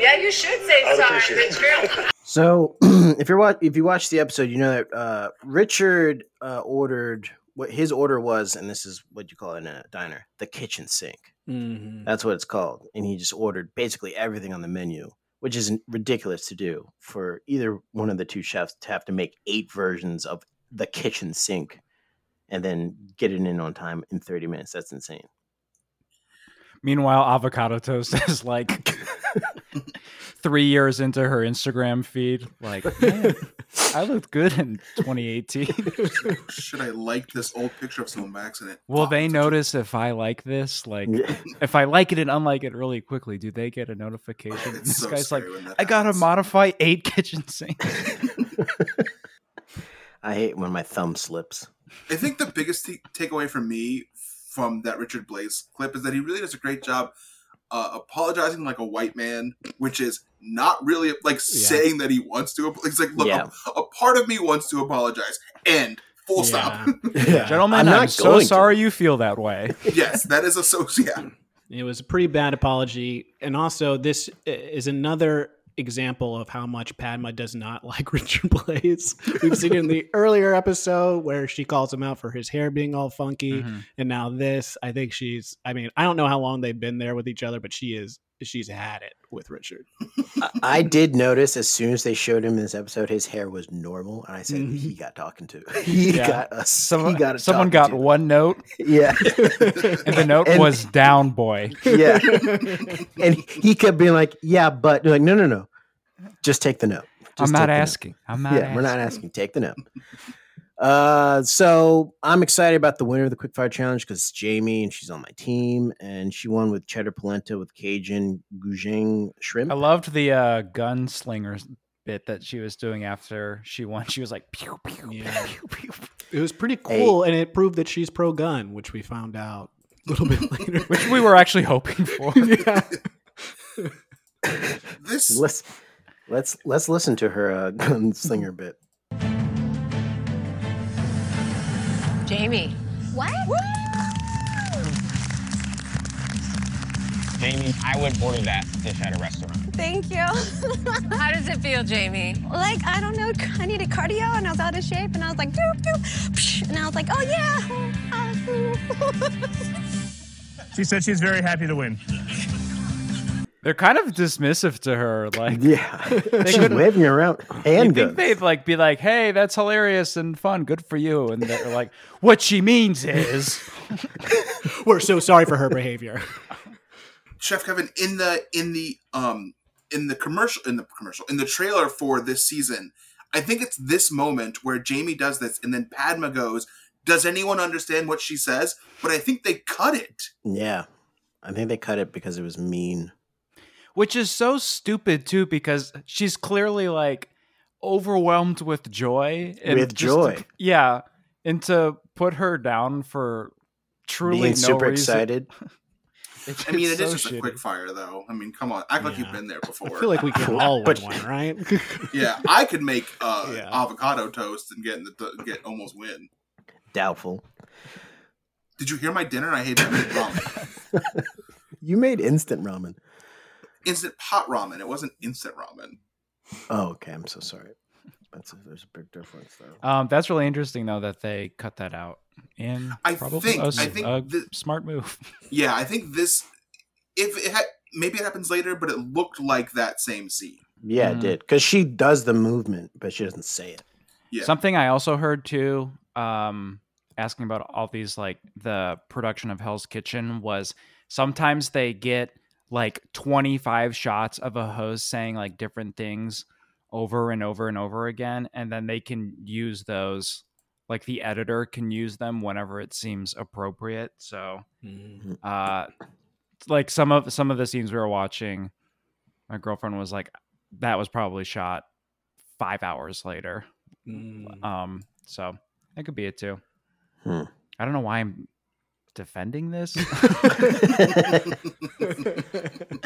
S7: yeah, you should say
S8: I'd
S7: sorry,
S8: appreciate
S7: but (laughs) you're
S2: So (clears throat) if you're watch if you watch the episode, you know that uh Richard uh ordered what his order was, and this is what you call it in a diner, the kitchen sink.
S4: Mm-hmm.
S5: Mhm.
S2: That's what it's called. And he just ordered basically everything on the menu, which is ridiculous to do for either one of the two chefs to have to make eight versions of the kitchen sink and then get it in on time in 30 minutes. That's insane.
S4: Meanwhile, avocado toast is like (laughs) three years into her Instagram feed. Like, man, I looked good in 2018.
S3: Should "Oh, I like this old picture of someone by accident?
S4: (laughs) Will
S3: Fuck.
S4: they notice if I like this? Like, if I like it and unlike it really quickly, do they get
S3: (laughs)
S4: a (laughs) notification?
S3: It's
S4: this
S3: so
S4: guy's like,
S3: scary when that
S4: I gotta
S3: happens.
S4: modify eight kitchen sinks.
S2: I hate when my thumb slips.
S3: I think the biggest t- takeaway for me from that Richard Blaze clip is that he really does a great job uh, apologizing like a white man, which is not really like saying that he wants to. It's like, look,
S2: Yeah.
S3: a, a part of me wants to apologize. End. Full stop. (laughs)
S2: (laughs)
S4: Gentlemen, Oh, I'm,
S2: I'm not
S4: so
S2: going to.
S4: sorry you feel that way.
S3: yes, that is a so. Yeah.
S5: It was a pretty bad apology. And also, this i- is another example of how much Padma does not (laughs) like Richard Blaze. We've seen in the earlier episode where she calls him out for his hair being all funky.
S2: Mm-hmm.
S5: And now this, I think she's, I mean, I don't know how long they've been there with each other, but she is, she's had it with Richard.
S2: I did notice as soon as they showed him in this episode, his hair was normal, and I said
S5: Mhm.
S2: he got talking to. (laughs) He
S4: Mm-hmm. Yeah.
S2: got us.
S4: Someone,
S2: he got us
S4: someone got
S2: talking
S4: one note,
S2: to. (laughs) Yeah,
S4: and the note
S2: And-
S4: was down, boy.
S2: yeah.
S4: (laughs)
S2: and he- he kept being like, "Yeah, but They're like, no, no, no, just take the note."
S4: I'm
S2: Just take the
S4: not
S2: note."
S4: asking. I'm not.
S2: yeah,
S4: asking.
S2: we're not asking. Take the note. Uh, so I'm excited about the winner of the quickfire challenge because it's Jamie and she's on my team, and she won with cheddar polenta with Cajun goujing shrimp.
S4: I loved the uh, gunslinger bit that she was doing after she won. She was like, pew, pew,
S5: Yeah.
S4: pew, pew, pew.
S5: It was pretty cool. And it proved that she's pro gun, which we found out a little bit (laughs) later.
S4: which we were actually hoping (laughs) for.
S5: yeah.
S3: This
S2: let's let's let's listen to her uh, (laughs) gunslinger bit.
S7: Jamie.
S6: What?
S10: Jamie, I would order that dish at a restaurant.
S6: Thank you. (laughs)
S7: How does it feel, Jamie?
S6: like, I don't know, I needed cardio and I was out of shape and I was like, doop, doop, psh, and I was like, oh (laughs) yeah.
S10: She said she's very happy to win.
S4: They're kind of dismissive to her. Like, (laughs)
S2: Yeah, she's
S4: couldn't-
S2: waving around
S4: you
S2: handgun.
S4: think they'd like be like, "Hey, that's hilarious and fun. Good for you." And they're like, "What she means is,
S5: We're so sorry for her behavior.
S3: Chef Kevin in the in the um in the commercial in the commercial in the trailer for this season. I think it's this moment where Jamie does this, and then Padma goes, "Does anyone understand what she says?" But I think they cut it.
S2: Yeah, I think they cut it because it was mean.
S4: which is so stupid too, because she's clearly like overwhelmed with joy. And
S2: With
S4: just
S2: joy.
S4: to- yeah, and to put her down for truly
S2: Being
S4: no
S2: super
S4: reason-
S2: excited.
S4: (laughs) It's,
S3: I mean, it is
S4: so
S3: just
S4: shitty.
S3: a quick fire, though. I mean, come on, act like
S5: Yeah.
S3: you've been there
S5: (laughs) I
S3: before.
S5: feel like we can
S3: (laughs)
S5: all win
S2: But-
S5: one, right?
S3: yeah, I could make uh,
S5: Yeah.
S3: avocado toast and get in the get almost win.
S2: Doubtful.
S3: Did you hear my dinner? I hate that
S5: (laughs)
S3: ramen.
S2: You made instant ramen.
S3: Instant pot ramen. It wasn't instant ramen.
S2: Oh, okay. I'm so sorry. That's a, there's a big difference though.
S4: Um, that's really interesting though that they cut that out. And
S3: I
S4: probably
S3: think-
S4: a s-
S3: I think
S4: a
S3: the-
S4: smart move.
S3: Yeah, I think this. If it had, maybe it happens later, but it looked like that same scene.
S2: yeah, it
S4: Mm.
S2: did because she does the movement, but she doesn't say
S4: (laughs)
S2: it. (laughs)
S3: Yeah.
S4: Something I also heard too, um, asking about all these like the production of Hell's Kitchen was sometimes they get like 25 shots of a host saying like different things over and over and over again, and then they can use those. Like the editor can use them whenever it seems appropriate. So
S5: Mm-hmm.
S4: uh like some of some of the scenes we were watching my girlfriend was like that was probably shot five hours later um so that could be it too
S2: Hmm.
S4: i don't know why i'm defending this (laughs) it,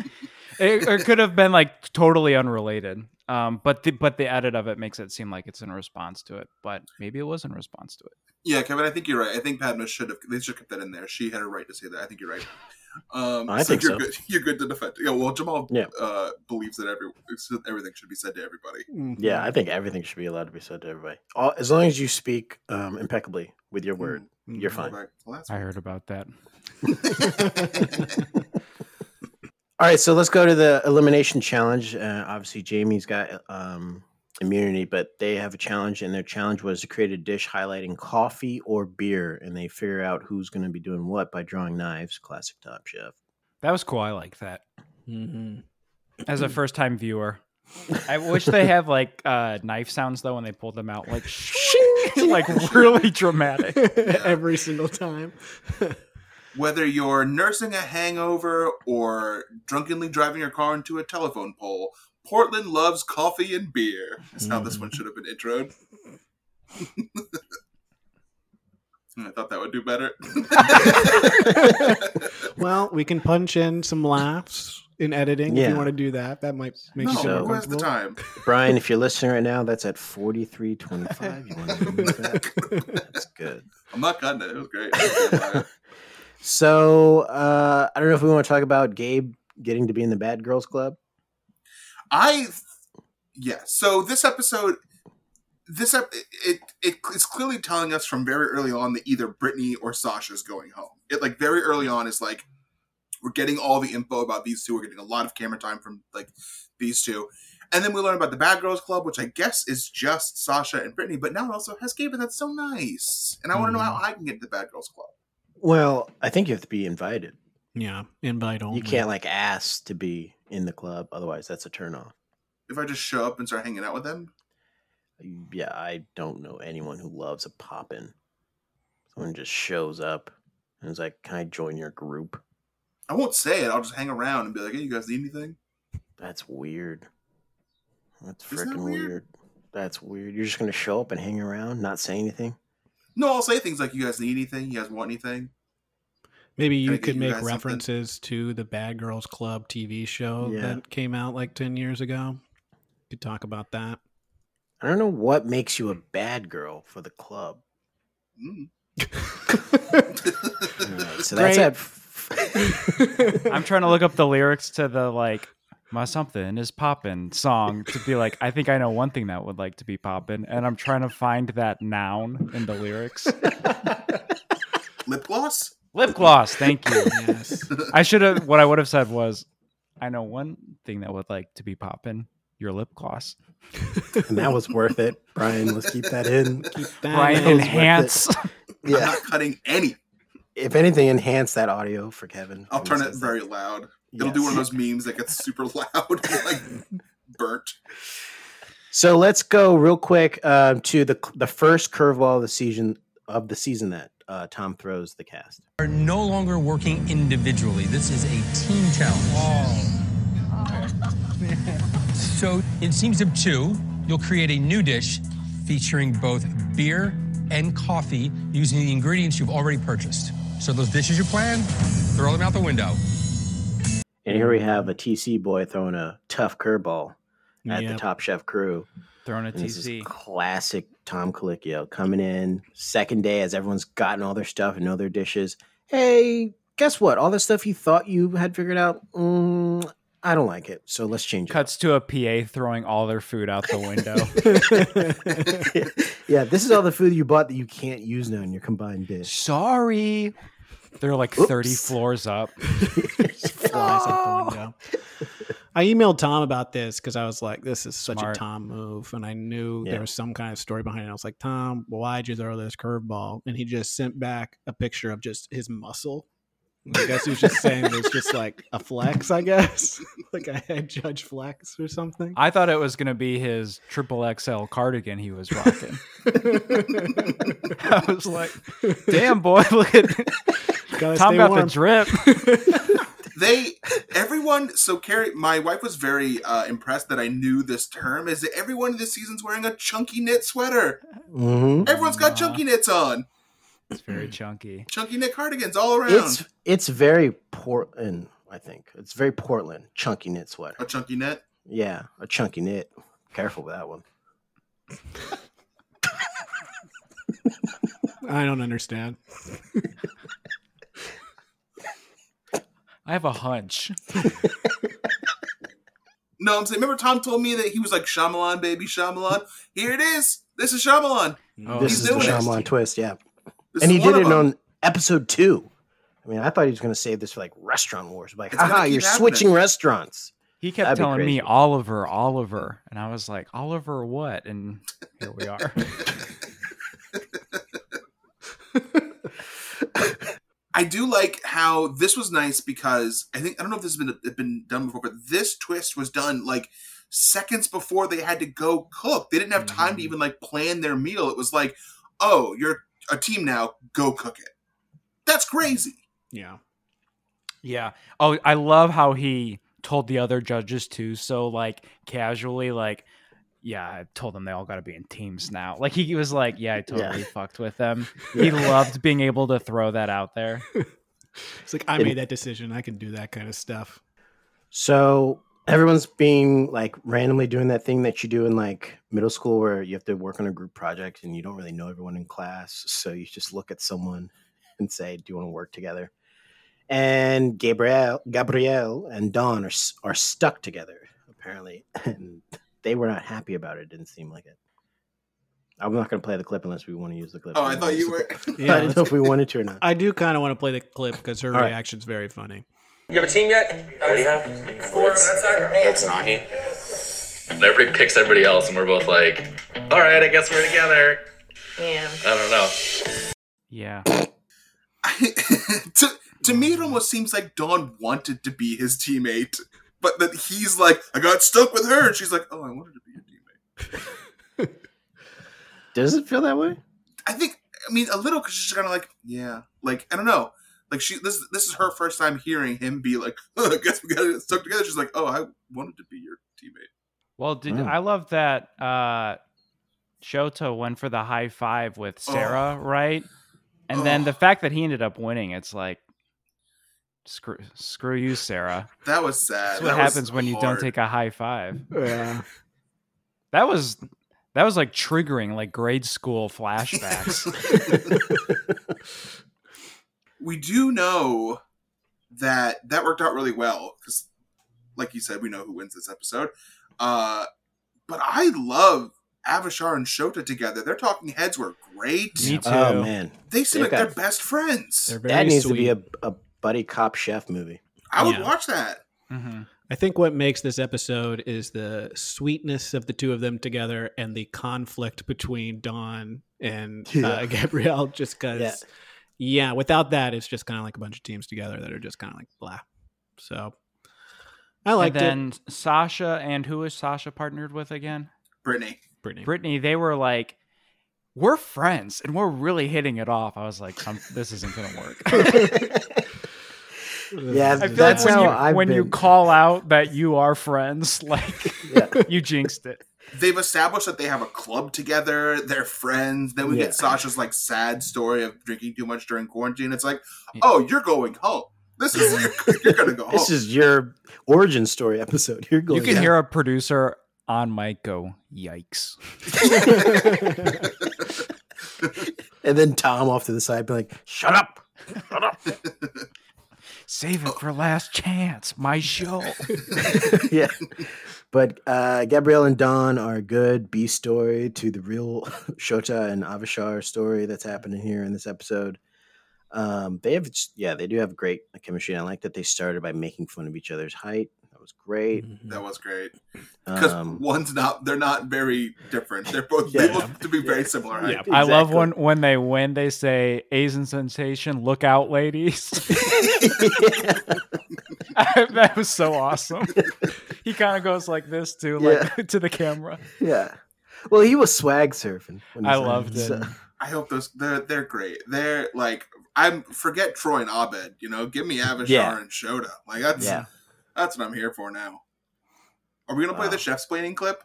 S4: it could have been like totally unrelated um but the but the edit of it makes it seem like it's in response to it but maybe it was in response to it
S3: Yeah, Kevin, I think you're right. I think Padma should have. They should have kept that in there. She had a right to say that. I think you're right. Um,
S2: I think so.
S3: you're good. You're good to defend. Yeah. Well, Jamal
S2: Yeah.
S3: uh, believes that every everything should be said to everybody.
S2: yeah, I think everything should be allowed to be said to everybody, All, as long as you speak um, impeccably with
S4: Mm.
S2: your word.
S5: Mm-hmm.
S2: You're fine.
S3: Right. Well, that's
S4: i heard about that
S2: All right, so let's go to the elimination challenge. Uh, obviously, Jamie's got um, immunity, but they have a challenge, and their challenge was to create a dish highlighting coffee or beer, and they figure out who's going to be doing what by drawing knives. Classic Top Chef.
S4: that was cool i like that
S5: (laughs) Mm-hmm.
S4: as a first time viewer. I wish they have like uh, knife sounds though when they pulled them out, like (laughs) like really dramatic.
S5: Every single
S4: (laughs)
S5: time. (laughs)
S3: whether you're nursing a hangover or drunkenly driving your car into a telephone pole, Portland loves coffee and beer. That's
S5: Mm-hmm.
S3: how this one should have been introed. (laughs) I thought that would do better. (laughs)
S5: Well, we can punch in some laughs in editing if
S2: Yeah.
S5: you want to do that. That might make
S3: no,
S5: you feel
S2: so-
S5: more
S3: where's the
S5: comfortable. (laughs)
S3: time?
S2: Brian, if you're listening right now, that's at 43.25. You want to remove that? That's good. (laughs)
S3: I'm not cutting it. It was great.
S5: (laughs)
S3: I
S2: So uh, I don't know if we want to talk about Gabe getting to be in the Bad Girls Club.
S3: I yeah. So this episode, this ep- it it it's clearly telling us from very early on that either Brittany or Sasha's going home. It like very early on is like we're getting all the info about these two. We're getting a lot of camera time from like these two. And then we learn about the Bad Girls Club, which I guess is just Sasha and Brittany, but now it also has Gabe, and that's so nice. And I want to know how I can get to the Bad Girls Club.
S2: Well, I think you have to be invited.
S5: Yeah, invite only.
S2: You can't like ask to be in the club, otherwise that's a turnoff.
S3: If I just show up and start hanging out with them,
S2: Yeah, I don't know anyone who loves a pop in. Someone just shows up and is like, "Can I join your group?"
S3: I won't say it. I'll just hang around and be like, hey, you guys need anything?
S2: That's weird. That's
S3: Isn't that
S2: freaking
S3: weird?
S2: weird. That's weird. You're just gonna show up and hang around, not say anything.
S3: No, I'll say things like, you guys need anything? You guys want anything?
S5: Maybe
S3: Can I
S5: you
S3: get
S5: could
S3: you guys
S5: make
S3: something?
S5: references to the Bad Girls Club TV show
S2: Yeah.
S5: that came out like 10 years ago. Could talk about that.
S2: I don't know what makes you a bad girl for the club.
S3: Mm.
S2: (laughs) All right, so that's
S5: Great.
S2: at. f-
S4: I'm trying to look up the lyrics to the like my something is poppin' song to be like I think I know one thing that would like to be poppin', and I'm trying to find that noun in the lyrics.
S3: Lip gloss?
S4: (laughs) Lip gloss, thank you.
S3: (laughs)
S5: Yes.
S4: I should have. What I would have said was, I know one thing that would like to be poppin', your lip gloss.
S2: (laughs) and that was worth it, Brian. Let's keep that in.
S3: (laughs)
S5: Keep that
S2: (laughs)
S4: Brian,
S5: in.
S4: enhance.
S3: I'm not cutting any.
S2: if anything, enhance that audio for Kevin.
S3: I'll
S2: who
S3: turn it
S2: says
S3: very
S2: that.
S3: loud. It'll do
S2: Yes.
S3: one of those memes that gets super (laughs) loud, and, like burnt.
S2: So let's go real quick uh, to the the first curveball of the season of the season that uh, Tom throws the cast.
S10: Are no longer working individually. This is a team challenge. So, in teams of two, you'll create a new dish featuring both beer and coffee using the ingredients you've already purchased. So, those dishes you planned, throw them out the window.
S2: And here we have a TC boy throwing a tough curveball at the
S5: Yep.
S2: Top Chef crew.
S4: Throwing a
S2: And this is
S4: TC.
S2: classic Tom Colicchio coming in second day as everyone's gotten all their stuff and know their dishes. Hey, guess what? All the stuff you thought you had figured out, mm, I don't like it. So let's change it.
S4: Cuts to a PA throwing all their food out the
S2: (laughs)
S4: window.
S2: yeah, this is all the food you bought that you can't use now in your combined dish.
S4: Sorry. They're like 30
S2: Oops.
S4: floors up.
S5: (laughs) flies out the window. I emailed Tom about this because I was like, this is such
S4: Smart.
S5: a Tom move. And I knew
S2: Yeah.
S5: there was some kind of story behind it. I was like, Tom, why'd you throw this curveball? And he just sent back a picture of just his muscle. I guess he was just saying it was just like a flex, I guess. (laughs) like I had Judge Flex or something.
S4: I thought it was going to be his triple XL cardigan he was rocking. (laughs) I was like, damn, boy, (laughs) look at
S5: Gotta
S4: Tom
S5: stay
S4: got
S5: warm.
S4: the
S2: (laughs)
S4: drip.
S3: They, everyone. So Carrie, my wife was very uh, impressed that I knew this term. Is that everyone this season's wearing a chunky knit sweater?
S2: Mhm.
S3: Everyone's got chunky knits on,
S4: It's very chunky.
S3: chunky knit cardigans all around.
S2: It's it's very Portland, I think. It's very Portland chunky knit
S3: a
S2: sweater.
S3: chunky knit.
S2: Yeah, a chunky knit. Careful with that one.
S5: I don't understand.
S4: I have a hunch.
S3: No, I'm saying. Remember, Tom told me that he was like Shyamalan, baby Shyamalan. Here it is. This is Shyamalan.
S4: Oh,
S2: Mm. this
S3: he's
S2: is the
S3: doing it.
S2: Shyamalan twist, yeah.
S3: This
S2: and
S3: is
S2: he
S3: one
S2: did it
S3: of 'em.
S2: on episode two. I mean, I thought he was going to save this for like restaurant wars. Like,
S3: It's gonna
S2: haha,
S3: keep
S2: you're
S3: happening."
S2: switching restaurants.
S4: He kept
S2: That'd be
S4: telling me
S2: crazy.
S4: Oliver, Oliver, and I was like, Oliver what? And here we are. (laughs)
S3: I do like how this was nice because I think I don't know if this has been had been done before, but this twist was done like seconds before they had to go cook. They didn't have time to even like plan their meal. It was like, oh, you're a team now, go cook it. That's crazy.
S5: Yeah.
S4: Yeah. Oh, I love how he told the other judges too. So like casually, like, yeah, I told them they all got to be in teams now. Like he was like, yeah, I totally
S2: Yeah.
S4: fucked with them. He loved being able to throw that out there.
S5: It's like I
S2: It-
S5: made that decision. I can do that kind
S2: (laughs)
S5: of stuff.
S2: So everyone's being like randomly doing that thing that you do in like middle school where you have to work on a group project and you don't really know everyone in class. So you just look at someone and say, Do you want to work together? And Gabriel, Gabrielle and Don are, s- are stuck together, apparently. (laughs) And they were not happy about it. It didn't seem like it. I'm not going to play the clip unless we want to use the clip.
S3: Oh, I thought you were.
S2: I
S5: Yeah,
S2: didn't know if we wanted to or
S5: (laughs)
S2: not.
S5: I do kind of want to play the clip because her
S2: All right.
S5: reaction's very funny.
S9: You have a team yet? What do you have? Four. That's our It's Nahi.
S11: Everybody picks everybody else, and we're both like, all right, I guess we're together.
S7: Yeah.
S11: I don't know.
S4: Yeah.
S3: (laughs) to to me,
S4: Mm.
S3: it almost seems like Dawn wanted to be his teammate, but that he's like, I got stuck with her, and she's like, Oh, I wanted to be your teammate.
S2: Does it feel that way?
S3: I think, I mean, a little because she's kind of like, Yeah, like I don't know, like she this this is her first time hearing him be like, (laughs) oh, I guess we got to get stuck together. She's like, Oh, I wanted to be your teammate.
S4: Well, did
S2: Mm.
S4: I love that uh Shoto went for the high five with Sarah, right? And then the
S3: Ugh.
S4: fact that he ended up winning, it's like screw screw you, Sarah.
S3: That was sad.
S4: That's what
S3: That was
S4: happens when you
S3: hard.
S4: don't take a high five.
S5: Yeah.
S4: That was that was like triggering like grade school flashbacks.
S3: we do know that that worked out really well because, like you said, we know who wins this episode. Uh, but I love Avishar and Shota together. Their talking heads were great.
S4: Me too.
S2: Oh, man.
S3: They seem
S2: They've
S3: like they're
S2: got-
S3: best friends.
S5: They're very
S2: That needs
S5: sweet.
S2: to be a, a buddy cop chef movie.
S3: I would
S5: Yeah.
S3: watch that.
S4: Mhm.
S5: I think what makes this episode is the sweetness of the two of them together and the conflict between Dawn and uh,
S2: Yeah.
S5: (laughs) Gabrielle. Just because, yeah.
S2: Yeah.
S5: without that, it's just kind of like a bunch of teams together that are just kind of like blah. So I
S4: And
S5: liked it.
S4: then Sasha and who is Sasha partnered with again?
S3: Brittany.
S5: Brittany.
S4: Brittany, they were like, "We're friends, and we're really hitting it off." I was like, Some, "This isn't gonna work." (laughs)
S2: (laughs) Yeah,
S4: I feel
S2: That's
S4: like when, you,
S2: how I've
S4: when you
S2: been.
S4: call out that you are friends, (laughs) like
S2: Yeah.
S4: you jinxed it.
S3: They've established that they have a club together. They're friends. Then we
S2: Yeah.
S3: get Sasha's like sad story of drinking too much during quarantine. It's like,
S4: Yeah.
S3: oh, you're going home. This is (laughs) you're, you're gonna go
S2: (laughs)
S3: home.
S2: This is your origin story episode. You're going
S4: Oh. You can hear a producer on mic go, "Yikes!"
S2: and then Tom off to the side, be like, "Shut
S4: (laughs)
S2: up!"
S4: Save it for last chance. My
S2: (laughs)
S4: show.
S2: yeah. But uh, Gabrielle and Don are a good B story to the real (laughs) Shota and Avishar story that's happening here in this episode. Um, they have, yeah, they do have great chemistry. And I like that they started by making fun of each other's height. That was great.
S4: Mm-hmm.
S3: that was great. because
S2: Mm. Um,
S3: one's not they're not very different they're both they
S2: Yeah.
S3: look to be very similar right?
S2: (laughs)
S5: Yeah.
S4: I love
S2: Exactly.
S4: when when they win. They say, "Asian sensation, look out, ladies." (laughs) that was so awesome. he kind of goes like this too, like (laughs) to
S2: (laughs)
S4: the camera.
S2: (laughs) yeah. Well, he was swag surfing. when he
S4: I
S2: signed,
S4: loved it.
S2: so-
S3: i hope those they're they're great they're like i'm forget troy and abed you know give me avishar
S2: Yeah.
S3: and shoda like that's
S2: (laughs) Yeah.
S3: that's what i'm here for now are we gonna play
S2: Wow.
S3: the chef's planning clip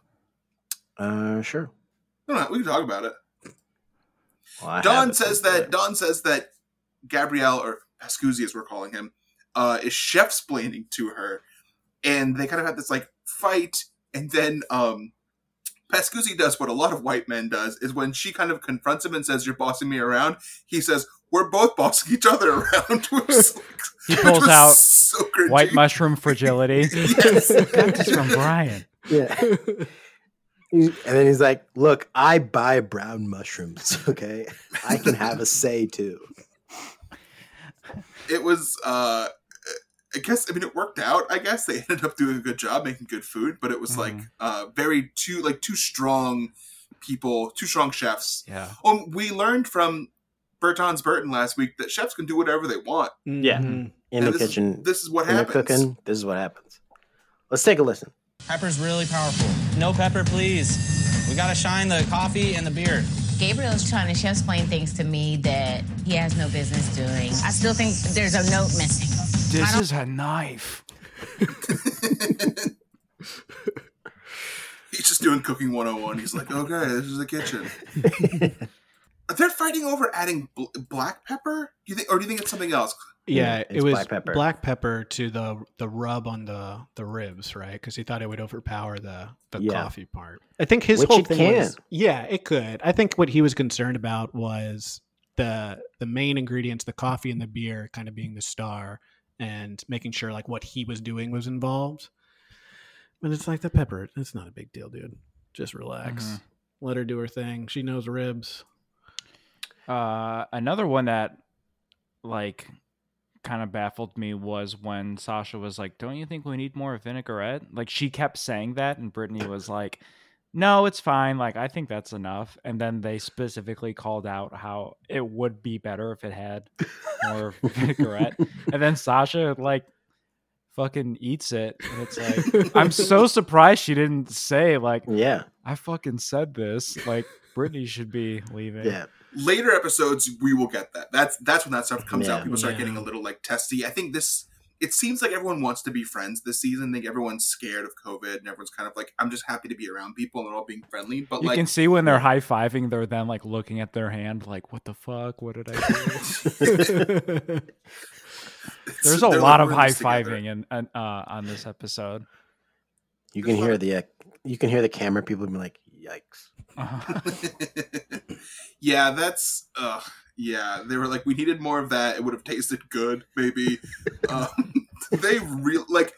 S2: Uh, sure.
S3: no no we can talk about it
S2: Well, I have
S3: don
S2: it.
S3: says that don says that gabrielle or pascuzzi as we're calling him uh is chef's planning to her and they kind of have this like fight and then um Pascuzzi does what a lot of white men does is when she kind of confronts him and says, "You're bossing me around." He says, "We're both bossing each other (laughs) around." which was,
S4: (laughs) He
S3: which
S4: pulls
S3: was
S4: out
S3: so cringy.
S4: white
S2: (laughs)
S4: mushroom fragility.
S3: Yes.
S4: Got this from Brian.
S2: Yeah.
S3: (laughs)
S5: (laughs)
S2: He- and then he's like, "Look, I buy brown mushrooms. (laughs) Okay, I can have a say too."
S3: It was. uh I guess. I mean, it worked out. I guess they (laughs) ended up doing a good job, making good food, but it was
S2: Mm-hmm.
S3: like
S4: Mhm.
S3: uh very two like two strong people, two strong chefs.
S4: Yeah.
S3: Um, we learned from Burton's Burton last week that chefs can do whatever they want.
S2: Yeah.
S5: Mhm.
S2: In
S3: And
S2: the
S3: this is-
S2: kitchen,
S3: this is what
S2: when they're
S3: happens.
S2: cooking. This is what happens. Let's take a listen.
S12: Pepper's really powerful. No pepper, please. We gotta shine the coffee and the beer.
S7: Gabriel's trying to chef explain things to me that he has no business doing. I still think there's a note missing.
S4: This is a knife.
S3: He He's just doing cooking 101. He's like, okay, this is
S2: (laughs)
S3: the kitchen. They're fighting over adding bl- black pepper. Do you think, or do you think it's something else?
S5: Yeah, it was black pepper. to the the rub on the the ribs, right? Because he thought it would overpower the the
S2: Yeah.
S5: coffee part. I think his
S2: Which
S5: whole
S2: it
S5: thing
S2: can.
S5: was yeah, it could. I think what he was concerned about was the the main ingredients, the coffee and the beer, kind of being the star, and making sure like what he was doing was involved. But it's like the pepper. It's not a big deal, dude. Just relax.
S4: Mhm.
S5: Let her do her thing. She knows ribs.
S4: Uh, another one that like kind of baffled me was when Sasha was like, "Don't you think we need more vinaigrette?" Like she kept saying that, and Brittany was like, "No, it's fine. Like I think that's enough." And then they specifically called out how it would be better if it had more vinaigrette, and then Sasha like fucking eats it, and it's like, "I'm so surprised she didn't say like,
S2: yeah,
S4: I fucking said this." Like Brittany should be leaving.
S2: Yeah.
S3: Later episodes, we will get that. That's that's when that stuff comes out.
S4: Yeah.
S3: People start
S4: Yeah.
S3: getting a little like testy. I think this. It seems like everyone wants to be friends this season. I think everyone's scared of COVID, and everyone's kind of like, "I'm just happy to be around people, and they're all being friendly." But
S4: you
S3: like,
S4: can see when they're high fiving, they're then like looking at their hand, like, "What the fuck? What did I
S3: (laughs)
S4: do?" There's a
S3: They're like,
S4: lot of
S3: "We're in
S4: high
S3: this together." (laughs)
S4: fiving and and uh, on this episode.
S2: You can hear the uh, you can hear the camera people be like, "Yikes!"
S3: yeah, that's uh yeah, they were like we needed more of that. It would have tasted good
S4: (laughs)
S3: maybe. um, they real like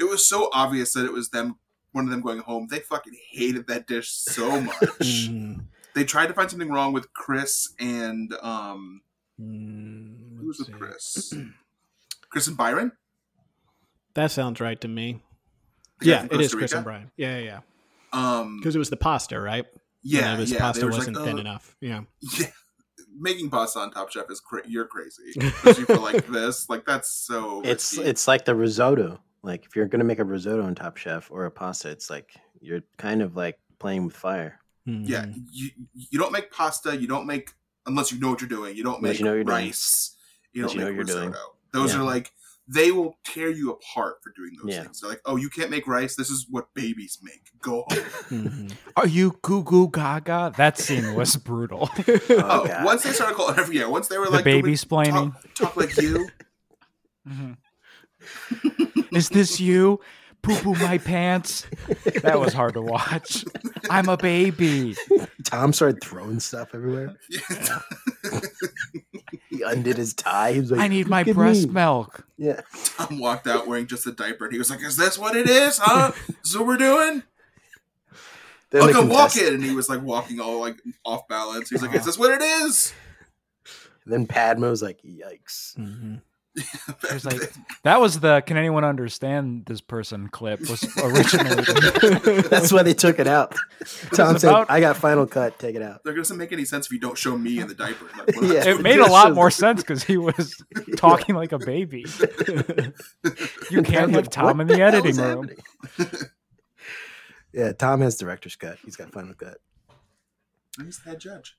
S3: it was so obvious that it was them one of them going home. They fucking hated that dish so
S4: Mm.
S3: much.
S5: Mm-hmm.
S3: they tried to find something wrong with Chris and um
S5: Mm,
S3: who was with Chris?
S5: (clears throat)
S3: Chris and Byron?
S5: That sounds right to me.
S3: The guy
S5: Yeah,
S3: from
S5: it is
S3: Costa
S5: Chris
S3: Rica?
S5: and Brian. Yeah, yeah, yeah.
S3: Um
S5: Because it was the pasta, right?
S3: Yeah,
S5: And it was
S3: yeah,
S5: pasta
S3: they were just
S5: wasn't
S3: like,
S5: thin
S3: "Oh."
S5: enough. Yeah.
S3: (laughs) yeah, making pasta on Top Chef is cra- you're
S5: (laughs)
S3: crazy. Especially for like this, like that's so.
S2: It's
S3: risky.
S2: it's like the risotto. Like if you're gonna make a risotto on Top Chef or a pasta, it's like you're kind of like playing with fire.
S5: Mm-hmm.
S3: Yeah,
S5: Mm.
S3: you you don't make pasta. You don't make unless you know what you're doing. You don't
S2: Unless
S3: make
S2: you know what you're doing.
S3: rice. You
S2: Unless
S3: don't
S2: you know
S3: make
S2: what you're
S3: risotto.
S2: doing.
S3: Those
S2: Yeah.
S3: are like they will tear you apart for doing those
S2: Yeah.
S3: things. They're like, oh, you can't make rice. This is what babies make. Go home.
S4: Are you goo goo gaga? That scene was
S3: (laughs)
S4: brutal.
S3: oh, once they started calling every yeah, once they were
S4: The
S3: like "Can we
S4: baby splaining.
S3: talk, talk like
S4: (laughs)
S3: you.
S4: Is this you? Poo poo my pants. That was hard to watch. I'm a baby.
S2: Tom started throwing stuff
S3: (laughs)
S2: everywhere. (laughs) he undid his tie. He was like,
S4: I need my
S2: "Look at
S4: breast
S2: me."
S4: milk.
S2: Yeah.
S3: Tom walked out wearing just a diaper, and he was like, "Is this what it is?
S4: (laughs)
S3: Huh? Is this what we're doing?"
S2: Then
S3: Look,
S2: the
S3: I'm walking,
S2: contest-
S3: and he was like walking all like off balance. He was
S4: Uh-huh.
S3: like, "Is this what it is?"
S2: Then Padma was like, "Yikes!"
S4: It was like that was the "Can anyone understand this person?" clip
S3: (laughs)
S4: was originally.
S2: (laughs) That's why they took it out. Tom said,
S4: about-
S2: "I got final cut. Take it out."
S3: Like, it doesn't make any sense if you don't show me in the diaper. Like, what-
S4: (laughs)
S2: Yeah.
S4: it made a lot more sense because he (laughs) was talking like a (laughs) baby. You can't have Tom in the editing room.
S2: (laughs) Yeah, Tom has director's cut. He's got final cut.
S3: Who's the head judge?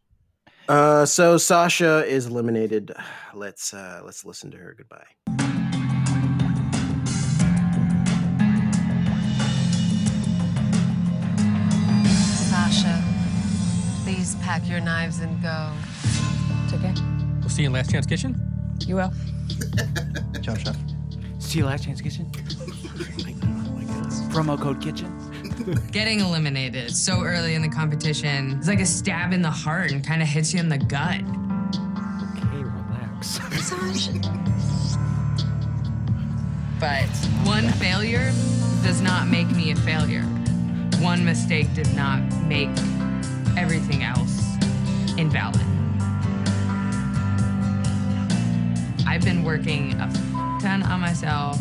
S2: Uh, so Sasha is eliminated. (sighs) Let's uh, let's listen to her goodbye.
S13: Sasha, please pack your knives and go. It's okay.
S10: We'll see you in Last Chance Kitchen.
S13: You will.
S10: Chop shop.
S4: See you last chance kitchen. (laughs) Promo code kitchen.
S13: Getting eliminated so early in the competition is like a stab in the heart and kind of hits you in the gut.
S4: Okay, relax.
S13: But one failure does not make me a failure. One mistake does not make everything else invalid. I've been working a f- ton on myself,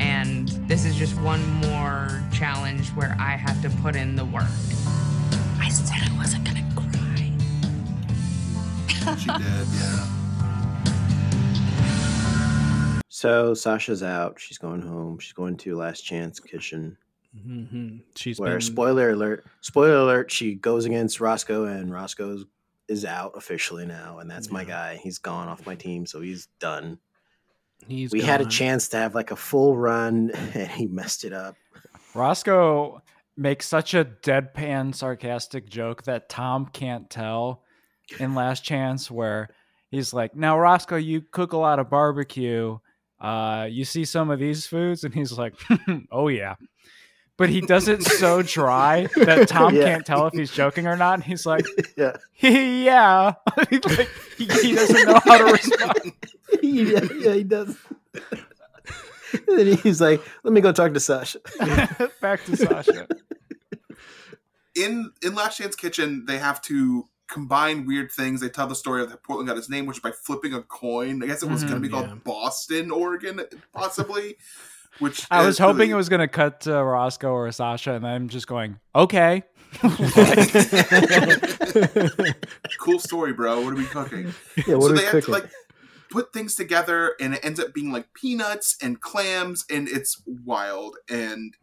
S13: and this is just one more challenge where I have to put in the work. I said I wasn't gonna cry.
S3: She did, yeah.
S2: So Sasha's out. She's going home. She's going to Last Chance Kitchen.
S5: Mm-hmm. She's
S2: where
S4: Hmm.
S5: been-
S2: spoiler alert, spoiler alert, she goes against Roscoe, and Roscoe is- is out officially now, and that's my guy. He's gone off my team, so he's done.
S5: He's
S2: we had a
S5: gone.
S2: (laughs) chance to have like a full run, and he messed it up.
S4: Roscoe make such a deadpan sarcastic joke that Tom can't tell in Last Chance where he's like, "Now Roscoe, you cook a lot of barbecue. Uh, you see some of these foods?" And he's like, (laughs) "Oh yeah." But he does it so dry that Tom
S14: Yeah.
S4: can't tell if he's joking or not. And he's like,
S2: yeah,
S4: (laughs) yeah. (laughs) like, he, he doesn't know how to respond. (laughs)
S2: yeah, yeah, he does. (laughs) and then he's like, "Let me go talk to Sasha."
S4: Back to Sasha.
S3: in in Last Chance Kitchen, they have to combine weird things. They tell the story of how Portland got its name, which by flipping a coin, I guess it was
S4: Mhm.
S3: going to be called Boston, Oregon, possibly. Which
S4: I was
S3: is really-
S4: hoping it was going to cut to Roscoe or Sasha, and I'm just going, okay.
S3: cool story, bro. What are we cooking?
S4: Yeah, what
S3: so
S4: are we
S3: they have to
S4: cooking?
S3: like put things together, and it ends up being like peanuts and clams, and it's wild. And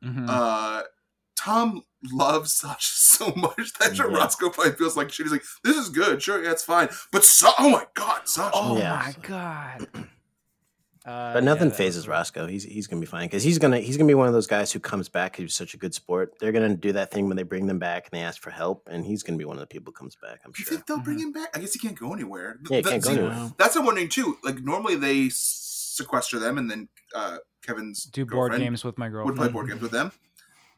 S4: Hmm.
S3: uh, Tom loves Sasha (laughs) so much that your Roscoe probably feels like shit. He's like, "This is good, sure, yeah, it's fine." But Sa- oh my god, Sasha!
S4: oh
S2: Yeah.
S4: my
S3: (clears throat)
S4: god. Uh,
S2: But nothing
S4: yeah, that-
S2: phases Roscoe. He's he's gonna be fine because he's gonna he's gonna be one of those guys who comes back. He's such a good sport. They're gonna do that thing when they bring them back and they ask for help, and he's gonna be one of the people who comes back. I'm
S3: You
S2: sure.
S3: think they'll bring him back? I guess he can't go anywhere.
S2: Yeah, he can't go
S3: see,
S2: anywhere.
S3: That's what I'm wondering too. Like normally they s- sequester them, and then uh, Kevin's
S4: Do board
S3: girlfriend
S4: games with my
S3: would play
S4: girlfriend.
S3: board games with them.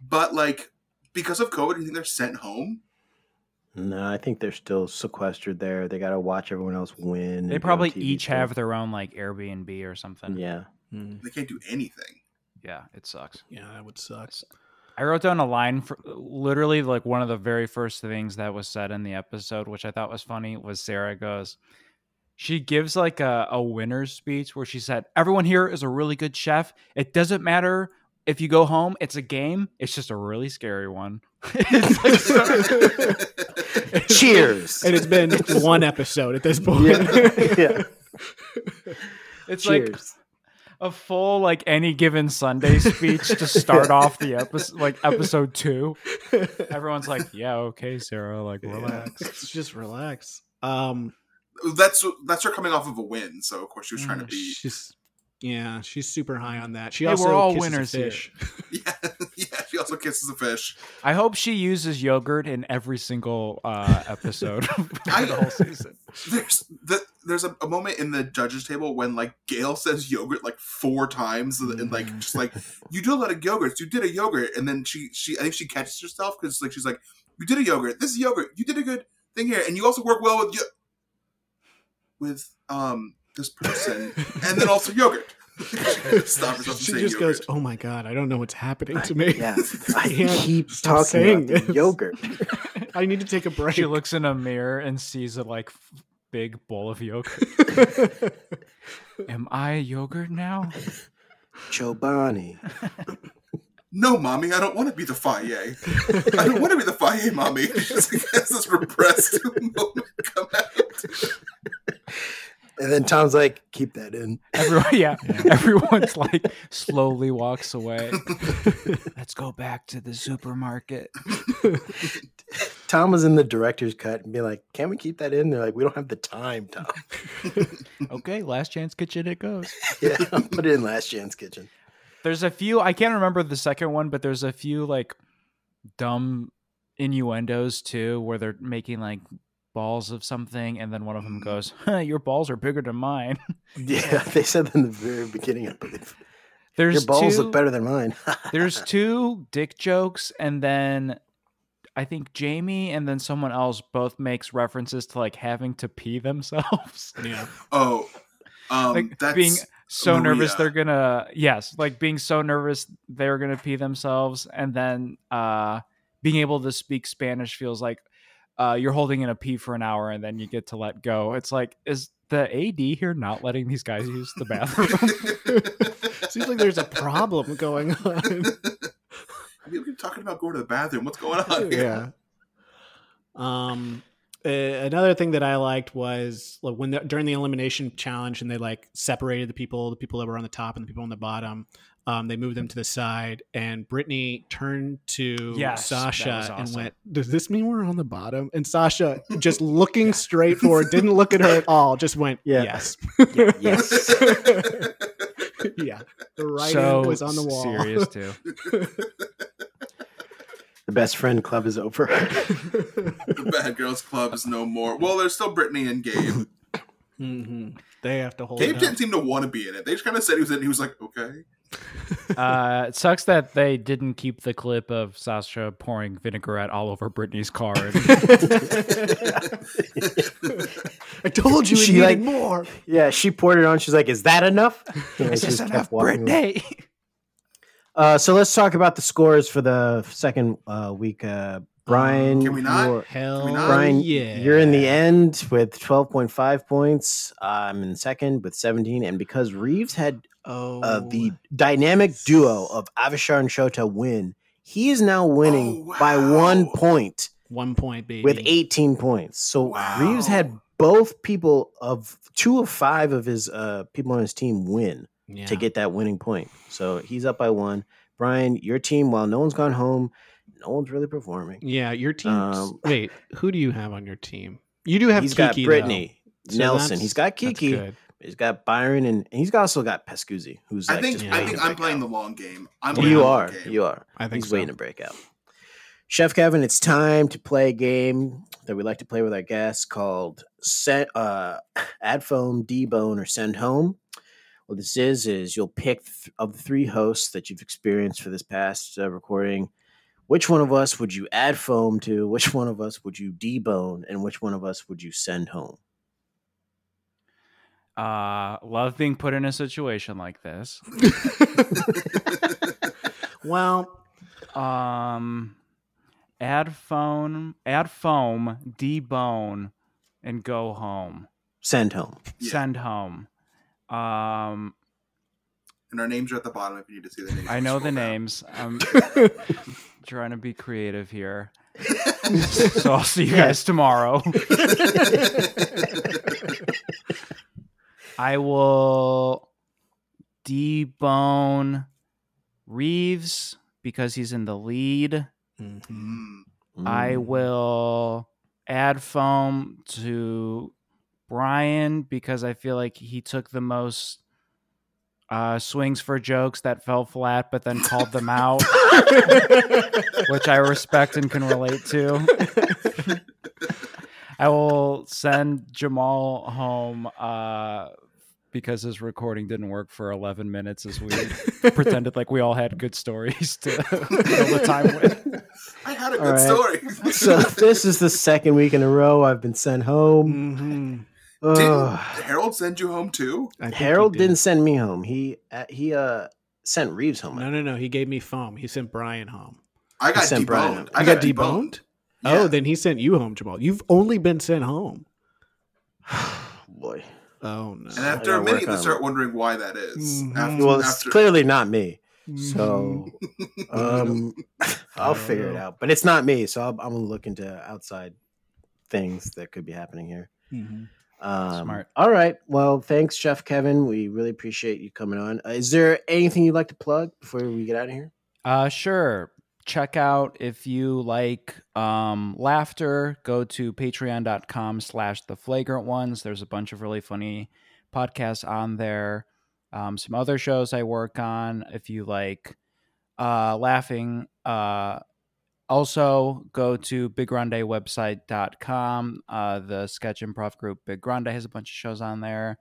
S3: But like because of COVID, you think they're sent home?
S2: No, I think they're still sequestered there. They gotta watch everyone else win. and be
S4: They
S2: on
S4: probably
S2: TV
S4: each
S2: still.
S4: have their own like Airbnb or something.
S2: Yeah.
S3: They can't do anything.
S4: Yeah, it sucks.
S5: Yeah, that
S2: (laughs)
S5: would suck.
S4: I wrote down a line for literally like one of the very first things that was said in the episode, which I thought was funny, was Sarah goes, she gives like a, a winner's speech where she said, Everyone here is a really good chef. It doesn't matter if you go home, it's a game. It's just a really scary one. It's like so-
S2: Cheers.
S5: and it's been one episode at this point.
S2: Yeah. yeah.
S4: It's like
S2: Cheers.
S4: a full like any given Sunday speech to start off (laughs) the episode like episode two. Everyone's like, Yeah, okay, Sarah, like relax.
S5: It's just relax. Um,
S3: That's that's her coming off of a win, so of course she was trying to be.
S5: she's yeah, she's super high on that. She
S4: Hey,
S5: also
S4: we're all
S5: kisses a
S4: winners here.
S5: fish.
S3: (laughs) Yeah, she also kisses a fish.
S4: I hope she uses yogurt in every single uh, (laughs) episode for the whole season.
S3: There's the, there's a, a moment in the judges table when like Gail says yogurt like four times and, and, like just
S5: (laughs)
S3: like you do a lot of yogurts, you did a yogurt, and then she she I think she catches herself because like she's like you did a yogurt, this is yogurt, you did a good thing here, and you also work well with yo- with um this person,
S5: (laughs)
S3: and then also yogurt. Stop herself from
S5: She
S3: saying
S5: just
S3: yogurt.
S5: goes, "Oh my god, I don't know what's happening to me." (laughs)
S2: Yeah. (laughs)
S5: I
S2: I
S5: can't
S2: keep
S5: stop
S2: talking
S5: saying
S2: about the
S5: this.
S2: yogurt.
S5: I need to take a break.
S4: She looks in a mirror and sees a like f- big bowl of yogurt. Am I yogurt now?
S2: Chobani.
S3: No, mommy, I don't want to be the faye. I don't want to be the faye, mommy. (laughs) It's this repressed (laughs) moment come out.
S2: And then Tom's like, keep that in.
S4: Everyone, (laughs) yeah, everyone's like slowly walks away. (laughs) Let's go back to the supermarket.
S2: Tom was in the director's cut and be like, can we keep that in? They're like, we don't have the time, Tom. (laughs)
S4: Okay, last chance kitchen it goes.
S2: yeah, put it in Last Chance Kitchen.
S4: (laughs) There's a few I can't remember the second one, but there's a few like dumb innuendos too, where they're making like balls of something, and then one
S2: Mm.
S4: of them goes, (laughs) huh, "Your balls are bigger than mine." (laughs)
S2: Yeah, (laughs) they said that in the very beginning, I believe.
S4: There's
S2: Your balls
S4: two-
S2: look better than mine. (laughs)
S4: there's two dick jokes, and then I think Jamie and then someone else both makes references to like having to pee themselves. (laughs)
S5: Yeah.
S3: Oh, um,
S4: like
S3: that's
S4: being so
S3: Maria.
S4: nervous they're gonna yes like being so nervous they're gonna pee themselves and then uh being able to speak spanish feels like uh you're holding in a pee for an hour and then you get to let go it's like is the ad here not letting these guys use
S3: (laughs)
S4: the bathroom
S5: (laughs) Seems like there's a problem going on.
S3: We keep talking about going to the bathroom. What's going on? Here?
S5: (laughs)
S3: (laughs)
S5: yeah. Um, uh, another thing that I liked was like when the, during the elimination challenge and they like separated the people, the people that were on the top and the people on the bottom. Um, they moved them to the side, and Brittany turned to
S4: Yes, that was
S5: Sasha and
S4: awesome.
S5: went, "Does this mean we're on the bottom?" And (laughs) Sasha, just looking straight forward, didn't look at her at all, just went, "Yes, (laughs)
S2: yes."
S5: yeah." The right
S3: (laughs)
S4: so
S5: (laughs) hand was on the wall.
S4: serious too
S2: best friend club is
S5: (laughs)
S2: over. (laughs)
S3: The Bad Girls Club is no more. Well, there's still Brittany and Gabe.
S5: Mm-hmm. They have to hold
S3: Gabe
S5: it
S3: didn't seem to want to be in it. They just kind of said he was in. it. He was like, okay.
S4: Uh, it sucks that they didn't keep the clip of Sasha pouring vinaigrette all over Britney's car.
S3: (laughs)
S5: I told you it
S2: (laughs) She,
S5: needed
S2: like-
S5: more.
S2: Yeah, she poured it on. She's like, "Is that enough?" And
S5: (laughs) Is
S2: she just
S5: this
S2: kept
S5: enough,
S2: walking away.
S5: Brittany?
S2: Uh, so let's talk about the scores for the second uh, week. Uh, Brian,
S3: Um, Can we not?
S2: you're-
S5: Hell
S2: Brian,
S5: Oh, yeah.
S2: you're in the end with 12.5 points. I'm in second with 17. And because Reeves had
S5: Oh,
S2: uh, the dynamic duo of Avishar and Shota win, he is now
S5: Oh,
S2: winning by one point
S5: one point, baby.
S2: with 18 points. So Reeves had both people of two of five of his uh, people on his team win
S5: Yeah.
S2: to get that winning point. So he's up by one. Brian, your team, while no one's gone home, no one's really performing.
S5: Yeah, your team.
S2: Um,
S5: wait, who do you have on your team? You do have
S2: he's got
S5: Kiki, though.
S2: Brittany,
S5: So
S2: Nelson.
S5: that's-
S2: He's got
S5: that's
S2: Kiki.
S5: good.
S2: He's got Byron, and, and he's got- also got Pescuzzi, who's like
S3: I think
S2: just
S3: I
S2: waiting
S3: think
S2: to
S3: I'm
S2: break
S3: playing the long game. I'm
S2: out.
S3: playing
S2: you
S3: the long
S2: are,
S3: game.
S2: you are.
S5: I think
S2: he's
S5: so.
S2: waiting to break out. Chef Kevin, it's time to play a game that we like to play with our guests called Set uh, Add Foam, Debone, or Send Home. What this is is you'll pick th- of the three hosts that you've experienced for this past uh, recording. Which one of us would you add foam to? Which one of us would you debone? And which one of us would you send home?
S4: Uh, love being put in a situation like this.
S5: Well,
S4: Um, add phone, add foam, debone, and go home.
S2: Send home.
S4: Send home. Um,
S3: And our names are at the bottom if you need to see the names.
S4: I know the names. I'm trying to be creative here. so I'll see you
S2: Yeah.
S4: guys tomorrow. I will debone Reeves because he's in the lead. I
S2: Mm.
S4: will add foam to Brian because I feel like he took the most uh, swings for jokes that fell flat, but then called them out, which I respect and can relate to. I will send Jamal home uh, because his recording didn't work for 11 minutes as we pretended like we all had good stories to (laughs) fill the time with.
S3: I had a
S2: All
S3: good
S2: right.
S3: story.
S2: so (laughs) this is the second week in a row I've been sent home.
S3: (laughs) Didn't
S2: Ugh.
S3: Harold send you home too?
S2: Harold did. not send me home. He uh, he uh sent Reeves home.
S5: No, no, no. He gave me foam. He sent Brian home.
S3: I got
S2: sent Brian
S3: deboned.
S2: home.
S3: I
S5: You
S3: got
S5: got
S3: deboned.
S5: deboned? Oh, then he sent you home, Jamal. You've only been sent home.
S2: Boy.
S5: Oh no.
S3: And
S2: I
S3: after a
S2: gotta
S3: minute,
S2: work
S3: you
S2: on
S3: start
S2: it.
S3: wondering why that is.
S5: Mhm.
S3: After,
S2: Well, it's
S3: after-
S2: clearly not me. So um I'll figure it out. But it's not me, so I'll, I'm gonna look into outside things that could be happening here. Um,
S4: Smart.
S2: All right. Well, thanks, Chef Kevin. We really appreciate you coming on. Uh, is there anything you'd like to plug before we get out of here?
S4: Uh, sure. Check out if you like um, laughter, go to patreon.com slash the flagrant ones. There's a bunch of really funny podcasts on there. Um, some other shows I work on. If you like uh, laughing, uh, also go to biggrandewebsite.com. Uh, the sketch improv group Big Grande has a bunch of shows on there.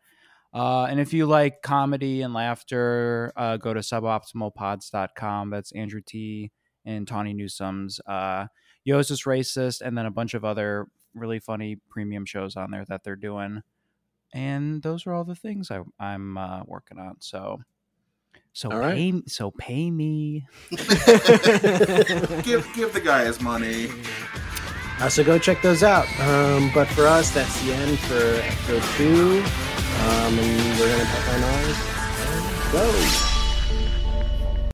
S4: Uh, and if you like comedy and laughter, uh, go to suboptimalpods.com. That's Andrew T. and Tawny Newsom's uh, Yo's is Racist, and then a bunch of other really funny premium shows on there that they're doing. And those are all the things I, I'm uh, working on. So, so
S2: All right.
S4: pay so pay me.
S2: (laughs)
S3: give give the guy his money.
S2: Uh, so go check those out. Um, but for us, that's the end for episode two. Um, and we're going to put on ours and go.